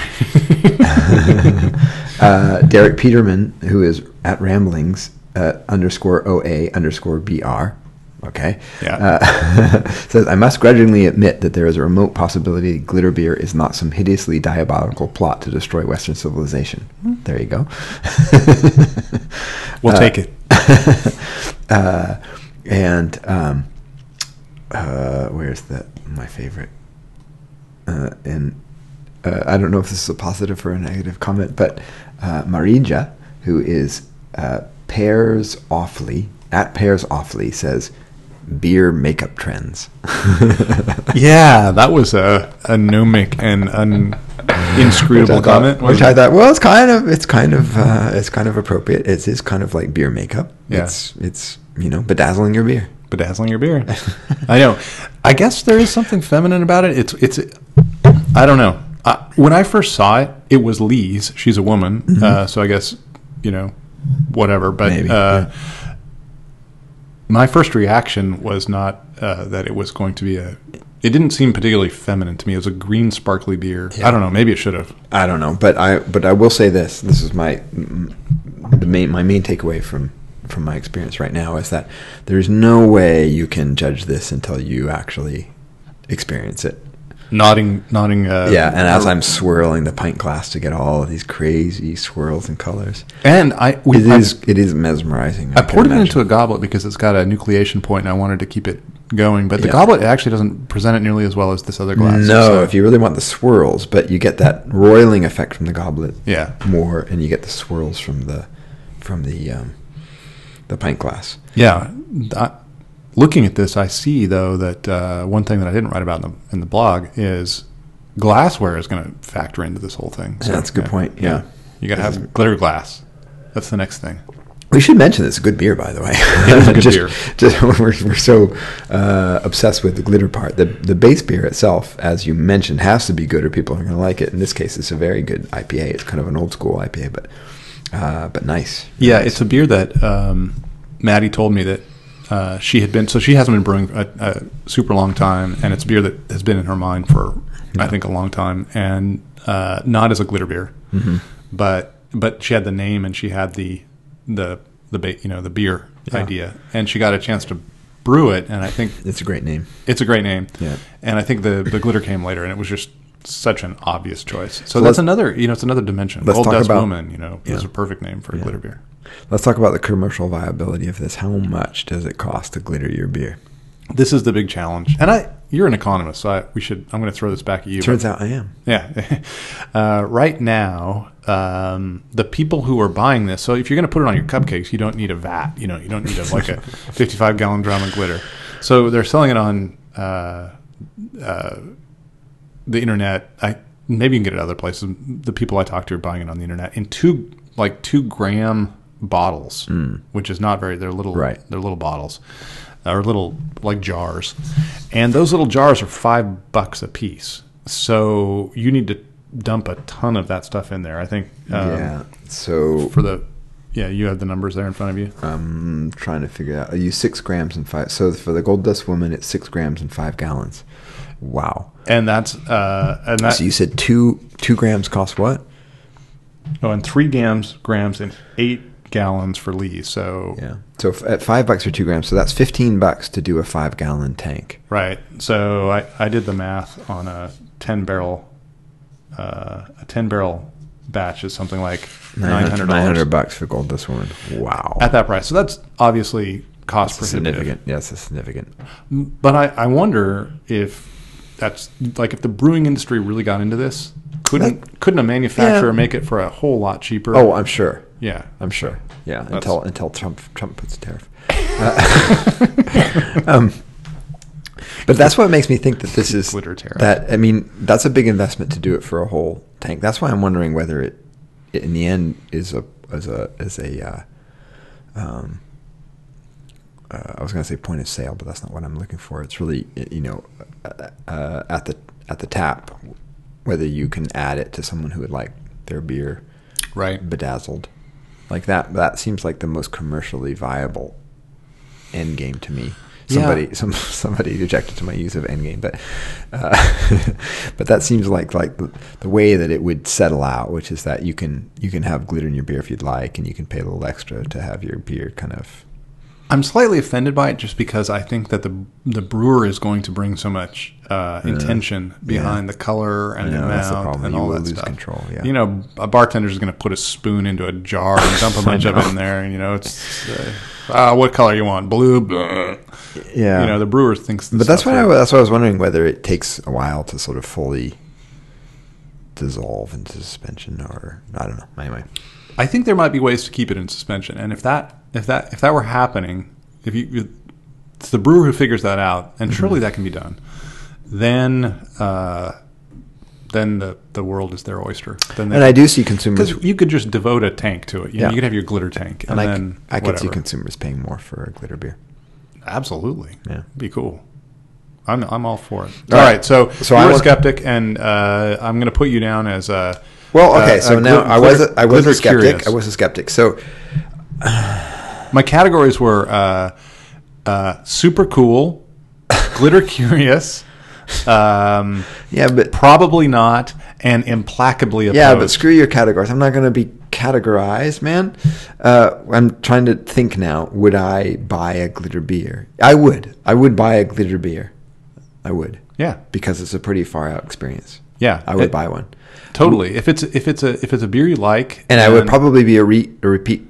S1: uh, Derek Peterman, who is at Ramblings uh, underscore OA underscore BR. Okay.
S2: Yeah.
S1: Uh, says, I must grudgingly admit that there is a remote possibility glitter beer is not some hideously diabolical plot to destroy Western civilization. Hmm, There you go.
S2: We'll take it.
S1: uh, and um, uh, where's the my favorite? Uh, and uh, I don't know if this is a positive or a negative comment, but uh, Marija, who is uh, Pears Awfully at Pears Awfully, says beer makeup trends.
S2: Yeah, that was a, a gnomic and un, inscrutable
S1: which I thought-
S2: comment.
S1: which
S2: wasn't
S1: I
S2: it?
S1: thought, well, it's kind of, it's kind of, uh, it's kind of appropriate. It is kind of like beer makeup.
S2: Yeah.
S1: It's, it's you know, bedazzling your beer.
S2: bedazzling your beer. I know. I guess there is something feminine about it. It's it's. I don't know. I, when I first saw it, it was Lee's. She's a woman, uh, so I guess you know, whatever. But
S1: Mm-hmm. Maybe,
S2: uh, my first reaction was not uh, that it was going to be a. It didn't seem particularly feminine to me. It was a green sparkly beer. I don't know. Maybe it should have.
S1: I don't know, but I, but I will say this. This is my, m- the main, my main takeaway from from my experience right now is that there's no way you can judge this until you actually experience it.
S2: Nodding, nodding. Uh,
S1: yeah, and as
S2: uh,
S1: I'm swirling the pint glass to get all of these crazy swirls and colors,
S2: and I we,
S1: it
S2: I-
S1: is it is mesmerizing.
S2: I poured it into a goblet because it's got a nucleation point and I wanted to keep it going. But the
S1: Yeah.
S2: goblet actually doesn't present it nearly as well as this other glass.
S1: No,
S2: so-
S1: if you really want the swirls, but you get that roiling effect from the goblet
S2: yeah.
S1: more, and you get the swirls from the from the um, the pint glass.
S2: Yeah. I, looking at this, I see, though, that uh, one thing that I didn't write about in the, in the blog is glassware is going to factor into this whole thing.
S1: So that's a good point. Yeah.
S2: You got to have glitter glass. That's the next thing.
S1: we should mention this. It's a good beer, by the way.
S2: is a good
S1: just,
S2: beer.
S1: just- we're, we're so uh, obsessed with the glitter part. The the base beer itself, as you mentioned, has to be good, or people aren't going to like it. In this case, it's a very good IPA. It's kind of an old school IPA, but uh, but nice.
S2: Yeah, it's a beer that um, Maddie told me that uh, she had been. So she hasn't been brewing a, a super long time, and it's a beer that has been in her mind for I think a long time, and uh, not as a glitter beer,
S1: Mm-hmm.
S2: but but she had the name and she had the the the ba- you know the beer idea, and she got a chance to brew it, and I think
S1: It's a great name.
S2: it's a great name.
S1: Yeah.
S2: and I think the the glitter came later, and it was just such an obvious choice. So,
S1: let's-
S2: that's another you know it's another dimension.
S1: Let's
S2: Gold
S1: talk
S2: Dust
S1: about-
S2: Woman, you know, is a perfect name for a glitter beer.
S1: Let's talk about the commercial viability of this. How much does it cost to glitter your beer?
S2: this is the big challenge. And I, you're an economist, so I, we should. I'm going to throw this back at you.
S1: Turns out I am.
S2: yeah. uh, right now, um, the people who are buying this. So if you're going to put it on your cupcakes, you don't need a vat. You know, you don't need a, like a 55 gallon drum of glitter. So they're selling it on uh, uh, the internet. I maybe you can get it other places. The people I talk to are buying it on the internet in two like two gram bottles, which is not very. They're little.
S1: Hmm. Right.
S2: They're little bottles or little like jars. And those little jars are five bucks a piece. So you need to dump a ton of that stuff in there. I think um,
S1: yeah. So
S2: for the yeah, you have the numbers there in front of you.
S1: I'm trying to figure out. I use six grams and five. So for the Gold Dust Woman, it's six grams and five gallons. Wow.
S2: And that's uh and that
S1: So you said two two grams cost what?
S2: oh and three grams grams and eight gallons for Lee. So
S1: Yeah. So f- at five bucks for two grams, so that's fifteen bucks to do a five gallon tank.
S2: right. So I, I did the math on a ten barrel uh a ten barrel batch is something like nine hundred dollars
S1: $900 bucks for Gold Dust Woman. Wow.
S2: at that price. So that's obviously cost prohibitive.
S1: significant. Yes, it's significant.
S2: But I, I wonder if that's like if the brewing industry really got into this, couldn't couldn't a manufacturer
S1: Yeah.
S2: make it for a whole lot cheaper?
S1: Oh, I'm sure.
S2: yeah,
S1: I'm sure. Yeah,
S2: That's-
S1: until until Trump Trump puts a tariff. Uh, um, but that's what makes me think that this is
S2: Glitter tariff.
S1: that. I mean, that's a big investment to do it for a whole tank. That's why I'm wondering whether it, it in the end is a is a is a uh, um, uh, I was going to say point of sale, but that's not what I'm looking for. It's really you know uh, uh, at the at the tap whether you can add it to someone who would like their beer
S2: Right.
S1: bedazzled like that. That seems like the most commercially viable end game to me.
S2: Yeah.
S1: Somebody some somebody objected to my use of Endgame, but uh, but that seems like like the, the way that it would settle out, which is that you can you can have glitter in your beer if you'd like, and you can pay a little extra to have your beer kind of
S2: I'm slightly offended by it just because I think that the the brewer is going to bring so much uh, intention behind the color and
S1: I
S2: the
S1: know,
S2: amount
S1: that's the problem.
S2: and
S1: You
S2: all
S1: will
S2: that
S1: lose
S2: stuff.
S1: control, yeah.
S2: You know, a bartender is going to put a spoon into a jar and dump a
S1: I
S2: bunch of it
S1: know.
S2: in there. And you know, it's uh, uh, what color you want, blue. Blah.
S1: yeah.
S2: You know, the brewer thinks. this
S1: but that's
S2: stuff
S1: what I,
S2: through.
S1: that's what I was wondering whether it takes a while to sort of fully dissolve into suspension, or I don't know. Anyway,
S2: I think there might be ways to keep it in suspension, and if that if that if that were happening, if you if it's the brewer who figures that out,
S1: Mm-hmm.
S2: and surely that can be done, then uh, then the the world is their oyster. Then
S1: and I do see consumers
S2: because you could just devote a tank to it. You, know,
S1: Yeah.
S2: you could have your glitter tank, and,
S1: and I,
S2: then
S1: I could see
S2: whatever.
S1: consumers paying more for a glitter beer.
S2: absolutely
S1: Yeah.
S2: be cool. I'm I'm all for it.
S1: All
S2: all
S1: right.
S2: right, so
S1: So
S2: so you're
S1: I
S2: a
S1: was-
S2: skeptic, and uh, I'm going to put you down as a
S1: Well, okay,
S2: uh,
S1: so
S2: a
S1: now
S2: glit-
S1: I was
S2: glitter-
S1: a, I was a
S2: glitter
S1: skeptic.
S2: curious.
S1: I was a skeptic. So
S2: My categories were uh, uh, super cool, glitter curious, um,
S1: yeah, but
S2: probably not, and implacably opposed.
S1: yeah, but screw your categories. I'm not going to be categorized, man. Uh, I'm trying to think now. Would I buy a glitter beer? I would. I would buy a glitter beer. I would
S2: yeah,
S1: because it's a pretty far out experience.
S2: yeah,
S1: I would
S2: It-
S1: buy one.
S2: totally. If it's if it's a if it's a beer you like,
S1: and I would probably be a, re- a repeat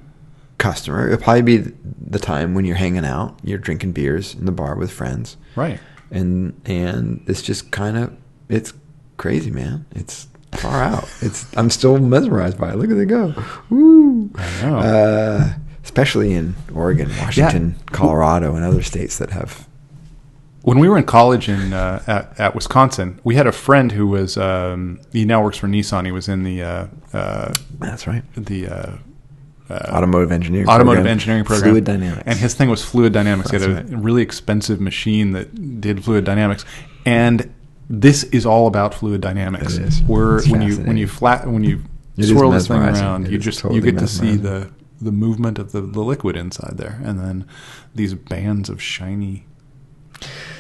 S1: customer. It would probably be th- the time when you're hanging out, you're drinking beers in the bar with friends,
S2: right.
S1: and and it's just kind of it's crazy, man. It's far out. It's I'm still mesmerized by it. Look at it go, woo!
S2: I know.
S1: Uh, especially in Oregon, Washington, Colorado, and other states that have
S2: When we were in college in uh, at, at Wisconsin, we had a friend who was um, he now works for Nissan. He was in the uh, uh,
S1: that's right
S2: the uh,
S1: automotive engineering
S2: automotive
S1: program,
S2: engineering program,
S1: fluid dynamics,
S2: and his thing was fluid dynamics. he had a
S1: That's
S2: really expensive machine that did fluid dynamics, and this is all about fluid dynamics.
S1: It is.
S2: Where
S1: It's
S2: when you when you
S1: fascinating.
S2: flat when you
S1: It is
S2: swirl this thing
S1: mesmerizing.
S2: around,
S1: It
S2: you
S1: is
S2: just
S1: totally
S2: you get to see
S1: mesmerizing.
S2: the the movement of the, the liquid inside there, and then these bands of shiny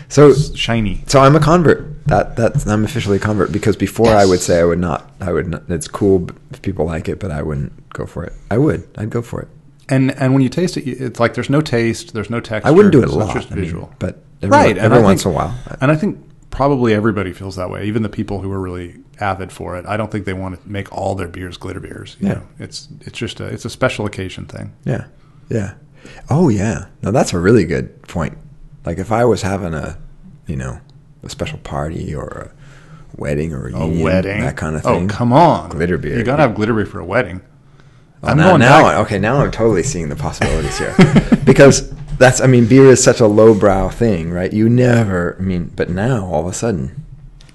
S1: so
S2: shiny.
S1: So I'm a convert. That that's I'm officially a convert because before I would say I would not. I would. Not, it's cool if people like it, but I wouldn't go for it. I would. I'd go for it.
S2: And and when you taste it, you- it's like there's no taste, there's no texture.
S1: I wouldn't do it a
S2: so
S1: lot.
S2: It's just
S1: I mean,
S2: visual.
S1: but every,
S2: right. and
S1: every
S2: I
S1: once
S2: think-
S1: in a while.
S2: And I think probably everybody feels that way, even the people who are really avid for it. I don't think they want to make all their beers glitter beers. You
S1: Yeah.
S2: know, it's it's just a it's a special occasion thing.
S1: Yeah. Yeah. Oh yeah. No, that's a really good point. Like if I was having a, you know, a special party or a wedding or a,
S2: A
S1: reunion,
S2: wedding,
S1: that kind of thing.
S2: Oh, come on,
S1: Glitter beer.
S2: You gotta have glitter beer for a wedding. I'm
S1: now,
S2: going
S1: now
S2: back-
S1: okay, now I'm totally seeing the possibilities here. because that's I mean, beer is such a lowbrow thing, right? You never I mean, but now all of a sudden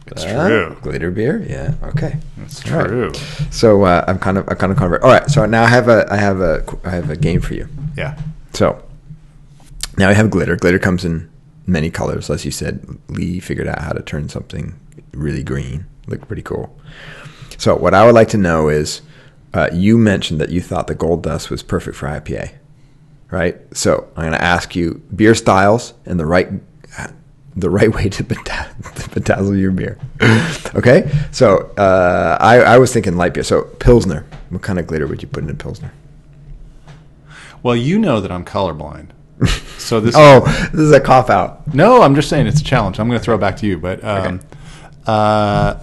S2: It's
S1: uh,
S2: true.
S1: Glitter beer? Yeah. Okay.
S2: It's
S1: All right.
S2: true.
S1: So uh, I'm kind of I kind of convert. All right. So now I have a I have a I have a game for you.
S2: Yeah.
S1: So now I have glitter. Glitter comes in many colors, as you said. Lee figured out how to turn something really green. Looked pretty cool. So what I would like to know is, uh, you mentioned that you thought the gold dust was perfect for IPA, right? So I'm going to ask you beer styles and the right. The right way to bedazz- to bedazzle your beer. okay, so uh, I, I was thinking light beer. So Pilsner, what kind of glitter would you put in a Pilsner?
S2: Well, you know that I'm colorblind, so this
S1: Oh, this is a cop out.
S2: No, I'm just saying it's a challenge. I'm going to throw it back to you, but um, uh,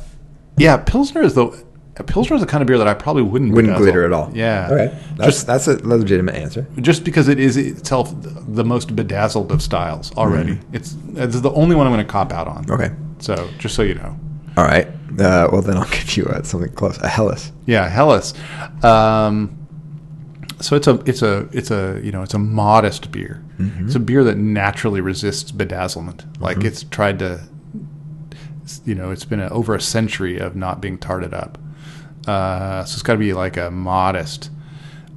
S2: yeah, pilsner is the pilsner is the kind of beer that I probably wouldn't
S1: wouldn't
S2: bedazzle.
S1: glitter at all.
S2: Yeah,
S1: Okay. That's
S2: just
S1: that's a legitimate answer.
S2: just because it is itself the most bedazzled of styles already. It's it's the only one I'm going to cop out on.
S1: Okay.
S2: So just so you know,
S1: All right. Uh, well, then I'll give you uh something close. A Hellas.
S2: yeah, Hellas. Um, so it's a it's a it's a you know it's a modest beer.
S1: Mm-hmm.
S2: It's a beer that naturally resists bedazzlement. Like it's tried to, you know, it's been a, over a century of not being tarted up. Uh, so it's got to be like a modest,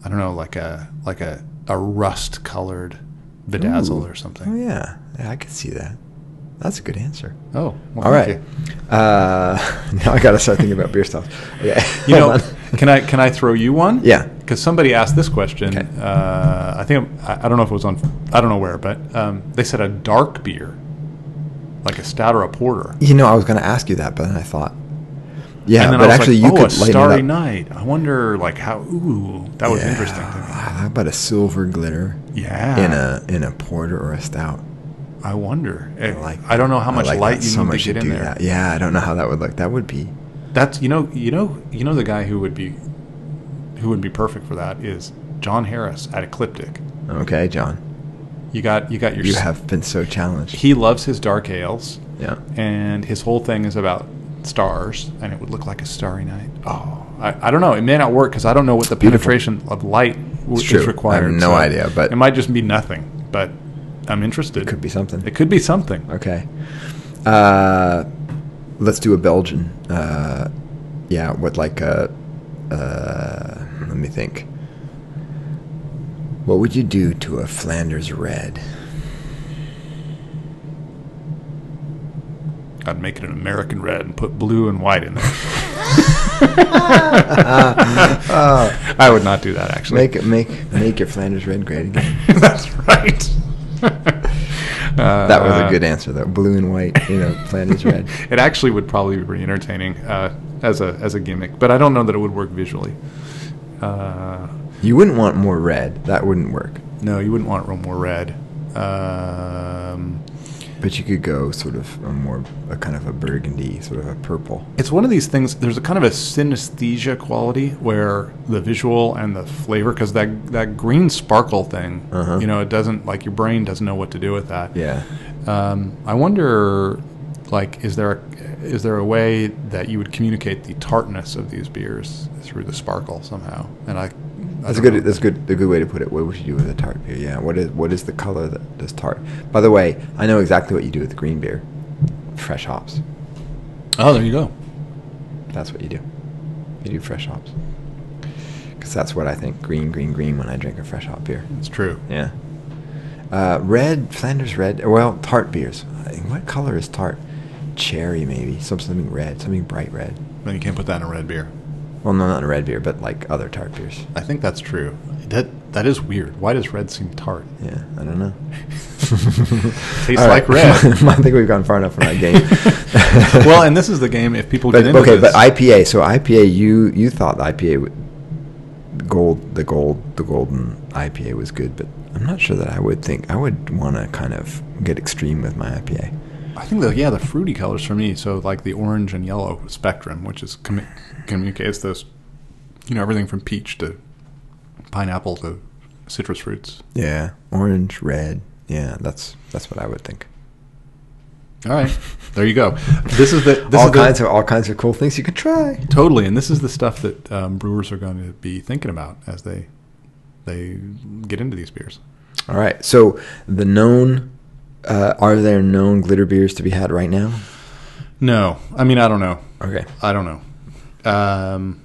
S2: I don't know, like a like a a rust colored bedazzle
S1: Ooh.
S2: or
S1: Oh
S2: something.
S1: yeah, yeah, I could see that. That's a good answer.
S2: Oh, well,
S1: All
S2: thank
S1: right. Uh, now I gotta start thinking about beer stuff. Yeah.
S2: You, you know,
S1: Hold on.
S2: can I can I throw you one?
S1: Yeah.
S2: because somebody asked this question.
S1: Okay.
S2: Uh, I think I, I don't know if it was on. I don't know where, but um, they said a dark beer, like a stout or a porter.
S1: You know, I was gonna ask you that, but then I thought, yeah,
S2: and then
S1: but
S2: I was
S1: actually,
S2: like,
S1: you
S2: oh,
S1: could
S2: a
S1: lighten it
S2: starry
S1: up.
S2: night. I wonder, like, how? Ooh, that was
S1: Yeah. Ah,
S2: interesting. To Ah.
S1: How about a silver glitter
S2: me. Yeah,
S1: in a in a porter or a stout?
S2: I wonder. I,
S1: like
S2: I don't know how
S1: I
S2: much
S1: like
S2: light
S1: that
S2: you
S1: so
S2: need
S1: much
S2: to get in
S1: do
S2: there.
S1: that. Yeah, I don't know how that would look. That would be
S2: That's you know, you know, you know, the guy who would be, who would be perfect for that is John Harris at Ecliptic.
S1: okay, John.
S2: You got you got your.
S1: You
S2: s-
S1: have been so challenged.
S2: He loves his dark ales,
S1: Yeah.
S2: and his whole thing is about stars, and it would look like a starry night. Oh, I, I don't know. It may not work because I don't know what the
S1: Beautiful.
S2: penetration of light w-
S1: It's
S2: is
S1: true. I have
S2: required.
S1: no idea, but-
S2: it might just be nothing. But I'm interested.
S1: Could be something.
S2: It could be something.
S1: Okay. Uh, let's do a Belgian. Uh, yeah, with like a. Uh, let me think. What would you do to a Flanders red?
S2: I'd make it an American red and put blue and white in there.
S1: Uh,
S2: I would not do that actually.
S1: make make make your Flanders red great again.
S2: That's right. Uh, Uh-huh.
S1: That was a good answer though. Blue and white, you know, Flanders red.
S2: It actually would probably be pretty entertaining uh, as a as a gimmick, but I don't know that it would work visually. Uh,
S1: You wouldn't want more red. That wouldn't work.
S2: no, you wouldn't want real more red. Um,
S1: But you could go sort of a more a kind of a burgundy, sort of a purple.
S2: it's one of these things. There's a kind of a synesthesia quality where the visual and the flavor, because that that green sparkle thing,
S1: Uh-huh.
S2: you know, it doesn't like your brain doesn't know what to do with that.
S1: Yeah.
S2: Um, I wonder, like, is there a, is there a way that you would communicate the tartness of these beers through the sparkle somehow? And I, I
S1: That's a
S2: don't know.
S1: good. That's a good. A good way to put it. What would you do with a tart beer? Yeah. What is what is the color that does tart? By the way, I know exactly what you do with green beer. Fresh hops.
S2: Oh, there you go.
S1: That's what you do. You do fresh hops. Because that's what I think. Green, green, green. When I drink a fresh hop beer.
S2: It's true.
S1: Yeah. Uh, red Flanders red. Well, tart beers. I think- What color is tart? Cherry maybe. Some something red. Something bright red.
S2: Then you can't put that in a red beer.
S1: Well, no, not in red beer, but like other tart beers.
S2: I think that's true. That that is weird. Why does red seem tart?
S1: Yeah, I don't know.
S2: Tastes
S1: All
S2: like red.
S1: I think we've gone far enough in that game.
S2: well, and this is the game. If people
S1: but,
S2: get into
S1: okay,
S2: this,
S1: but IPA. So IPA, you you thought the IPA, would- gold, the gold, the golden IPA was good, but I'm not sure that I would think I would want to kind of get extreme with my IPA.
S2: I think the yeah the fruity colors for me. So like the orange and yellow spectrum, which is commu- communicates those, you know, everything from peach to pineapple to citrus fruits.
S1: Yeah, orange, red. Yeah, that's that's what I would think.
S2: All right, there you go. This is the this
S1: all
S2: is the-
S1: kinds of all kinds of cool things you could try.
S2: totally, and this is the stuff that um, brewers are going to be thinking about as they they get into these beers.
S1: All right. So the known, uh, are there known glitter beers to be had right now?
S2: No, I mean I don't know.
S1: Okay,
S2: I don't know. Um,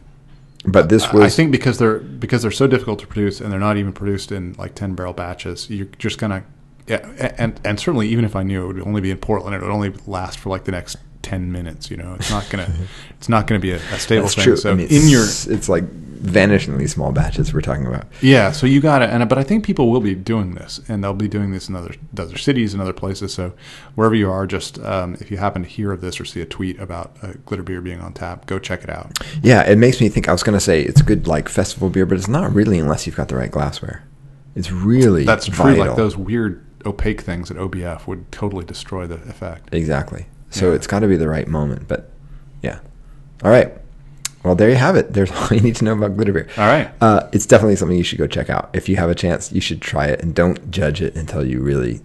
S1: but this
S2: I-
S1: was
S2: I think because they're because they're so difficult to produce and they're not even produced in like ten barrel batches, you're just gonna yeah, a- and and certainly even if I knew it would only be in Portland, it would only last for like the next ten minutes. You know, it's not gonna it's not gonna be a, a stable
S1: That's
S2: thing.
S1: true.
S2: So
S1: I mean,
S2: in your
S1: it's, it's like vanishingly small batches we're talking about.
S2: yeah, so you got to and but I think people will be doing this, and they'll be doing this in other other cities and other places. So wherever you are, just um, if you happen to hear of this or see a tweet about uh, glitter beer being on tap, go check it out.
S1: Yeah, it makes me think. I was going to say it's good like festival beer, but it's not really unless you've got the right glassware. It's really
S2: That's true.
S1: vital.
S2: Like those weird opaque things at OBF would totally destroy the effect.
S1: exactly. So
S2: Yeah.
S1: it's got to be the right moment. But yeah, all right. Well, there you have it. There's all you need to know about glitter beer.
S2: All right.
S1: Uh, it's definitely something you should go check out if you have a chance. You should try it and don't judge it until you really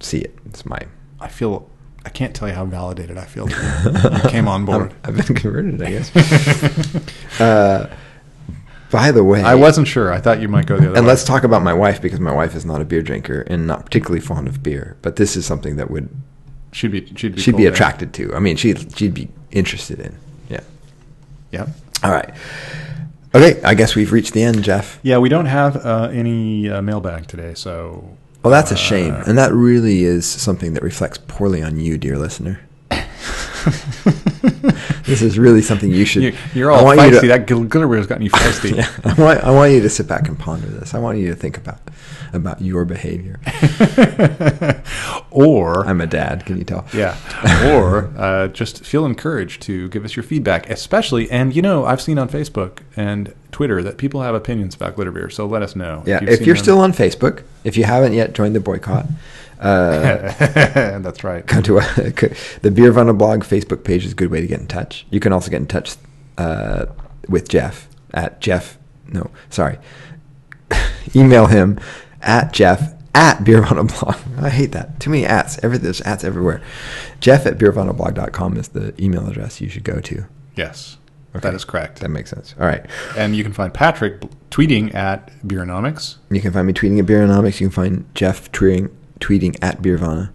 S1: see it. It's my
S2: I feel I can't tell you how validated I feel. that you came on board.
S1: I've been converted, I guess. uh, by the way,
S2: I wasn't sure. I thought you might go the other
S1: And
S2: way.
S1: let's talk about my wife because my wife is not a beer drinker and not particularly fond of beer. But this is something that would
S2: She'd be she'd be
S1: she'd be
S2: pulled in.
S1: attracted to. I mean, she she'd be interested in. Yeah.
S2: Yep.
S1: All right. Okay, I guess we've reached the end, Jeff.
S2: Yeah, we don't have uh, any uh, mailbag today, so
S1: Well, that's a shame, and that really is something that reflects poorly on you, dear listener. This is really something you should.
S2: You're, you're
S1: I
S2: all
S1: want you
S2: feisty.
S1: to-
S2: that gl- glitter wheel's gotten you feisty.
S1: yeah, I want I want you to sit back and ponder this. I want you to think about about your behavior.
S2: or
S1: I'm a dad. Can you tell?
S2: yeah, or uh, just feel encouraged to give us your feedback, especially. And you know, I've seen on Facebook and Twitter that people have opinions about glitter beer, so let us know.
S1: Yeah.
S2: you've
S1: If
S2: seen
S1: you're
S2: them.
S1: still on Facebook, if you haven't yet joined the boycott, uh,
S2: that's right.
S1: come to a, the Beer Vana blog Facebook page is a good way to get in touch. You can also get in touch uh, with Jeff at Jeff. No, sorry. Email him at Jeff at Beer Vana blog. I hate that. Too many ats. Every, there's ats everywhere. Jeff at beervanablog.com is the email address you should go to.
S2: Yes,
S1: Okay.
S2: that is correct.
S1: That makes sense. All right.
S2: And you can find Patrick b- tweeting at Beeronomics.
S1: You can find me tweeting at Beeronomics. You can find Jeff tweeting, tweeting at Beervana.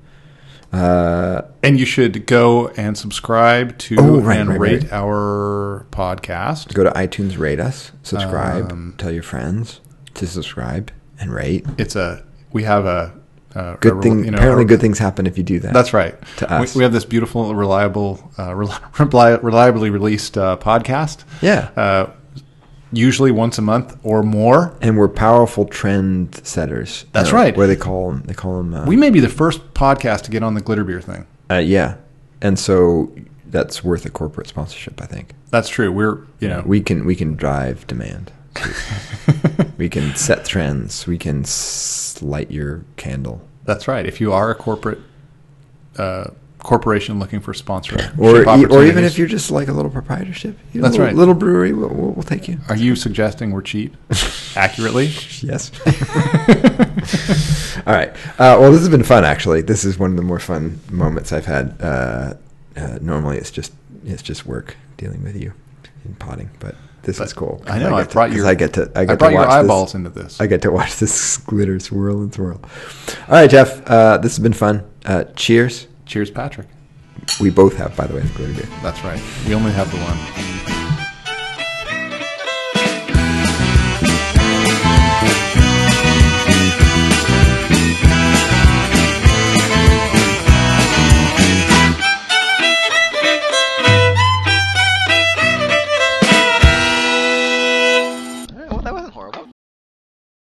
S1: Uh,
S2: And you should go and subscribe to
S1: Oh, right,
S2: and
S1: right,
S2: rate
S1: right.
S2: our podcast.
S1: go to iTunes, rate us, subscribe,
S2: Um,
S1: tell your friends to subscribe and rate.
S2: It's a we have a, a
S1: Good
S2: a-
S1: thing.
S2: you know,
S1: apparently,
S2: a-
S1: good things happen if you do that.
S2: That's right.
S1: To us.
S2: We, we have this beautiful, reliable, uh, reli- reli- reliably released uh, podcast.
S1: Yeah.
S2: Uh, usually once a month or more.
S1: and we're powerful trend setters.
S2: That's
S1: You know,
S2: right.
S1: Where they call them, they call them. Uh,
S2: We may be the first podcast to get on the glitter beer thing.
S1: uh, yeah, and so that's worth a corporate sponsorship. I think
S2: That's true. We're you know
S1: we can we can drive demand. we can set trends. We can s- light your candle.
S2: that's right. If you are a corporate uh, corporation looking for sponsorship
S1: Or, e- or even
S2: opportunities,
S1: if you're just like a little proprietorship, you know,
S2: That's
S1: little,
S2: right.
S1: Little brewery, we'll, we'll we'll take you.
S2: are you suggesting we're cheap accurately?
S1: Yes. All right. Uh, well, this has been fun. Actually, this is one of the more fun moments I've had. Uh, uh, normally, it's just it's just work dealing with you and potting, but this is cool. 'cause
S2: I know. I,
S1: get to-
S2: brought
S1: 'cause
S2: your
S1: I get to. I, get
S2: brought
S1: to
S2: your
S1: watch this-
S2: eyeballs into this.
S1: I get to watch this glitter swirl and swirl. All right, Jeff. Uh, this has been fun. Uh, cheers.
S2: Cheers, Patrick.
S1: We both have, by the way, the glitter beer.
S2: That's right. We only have the one.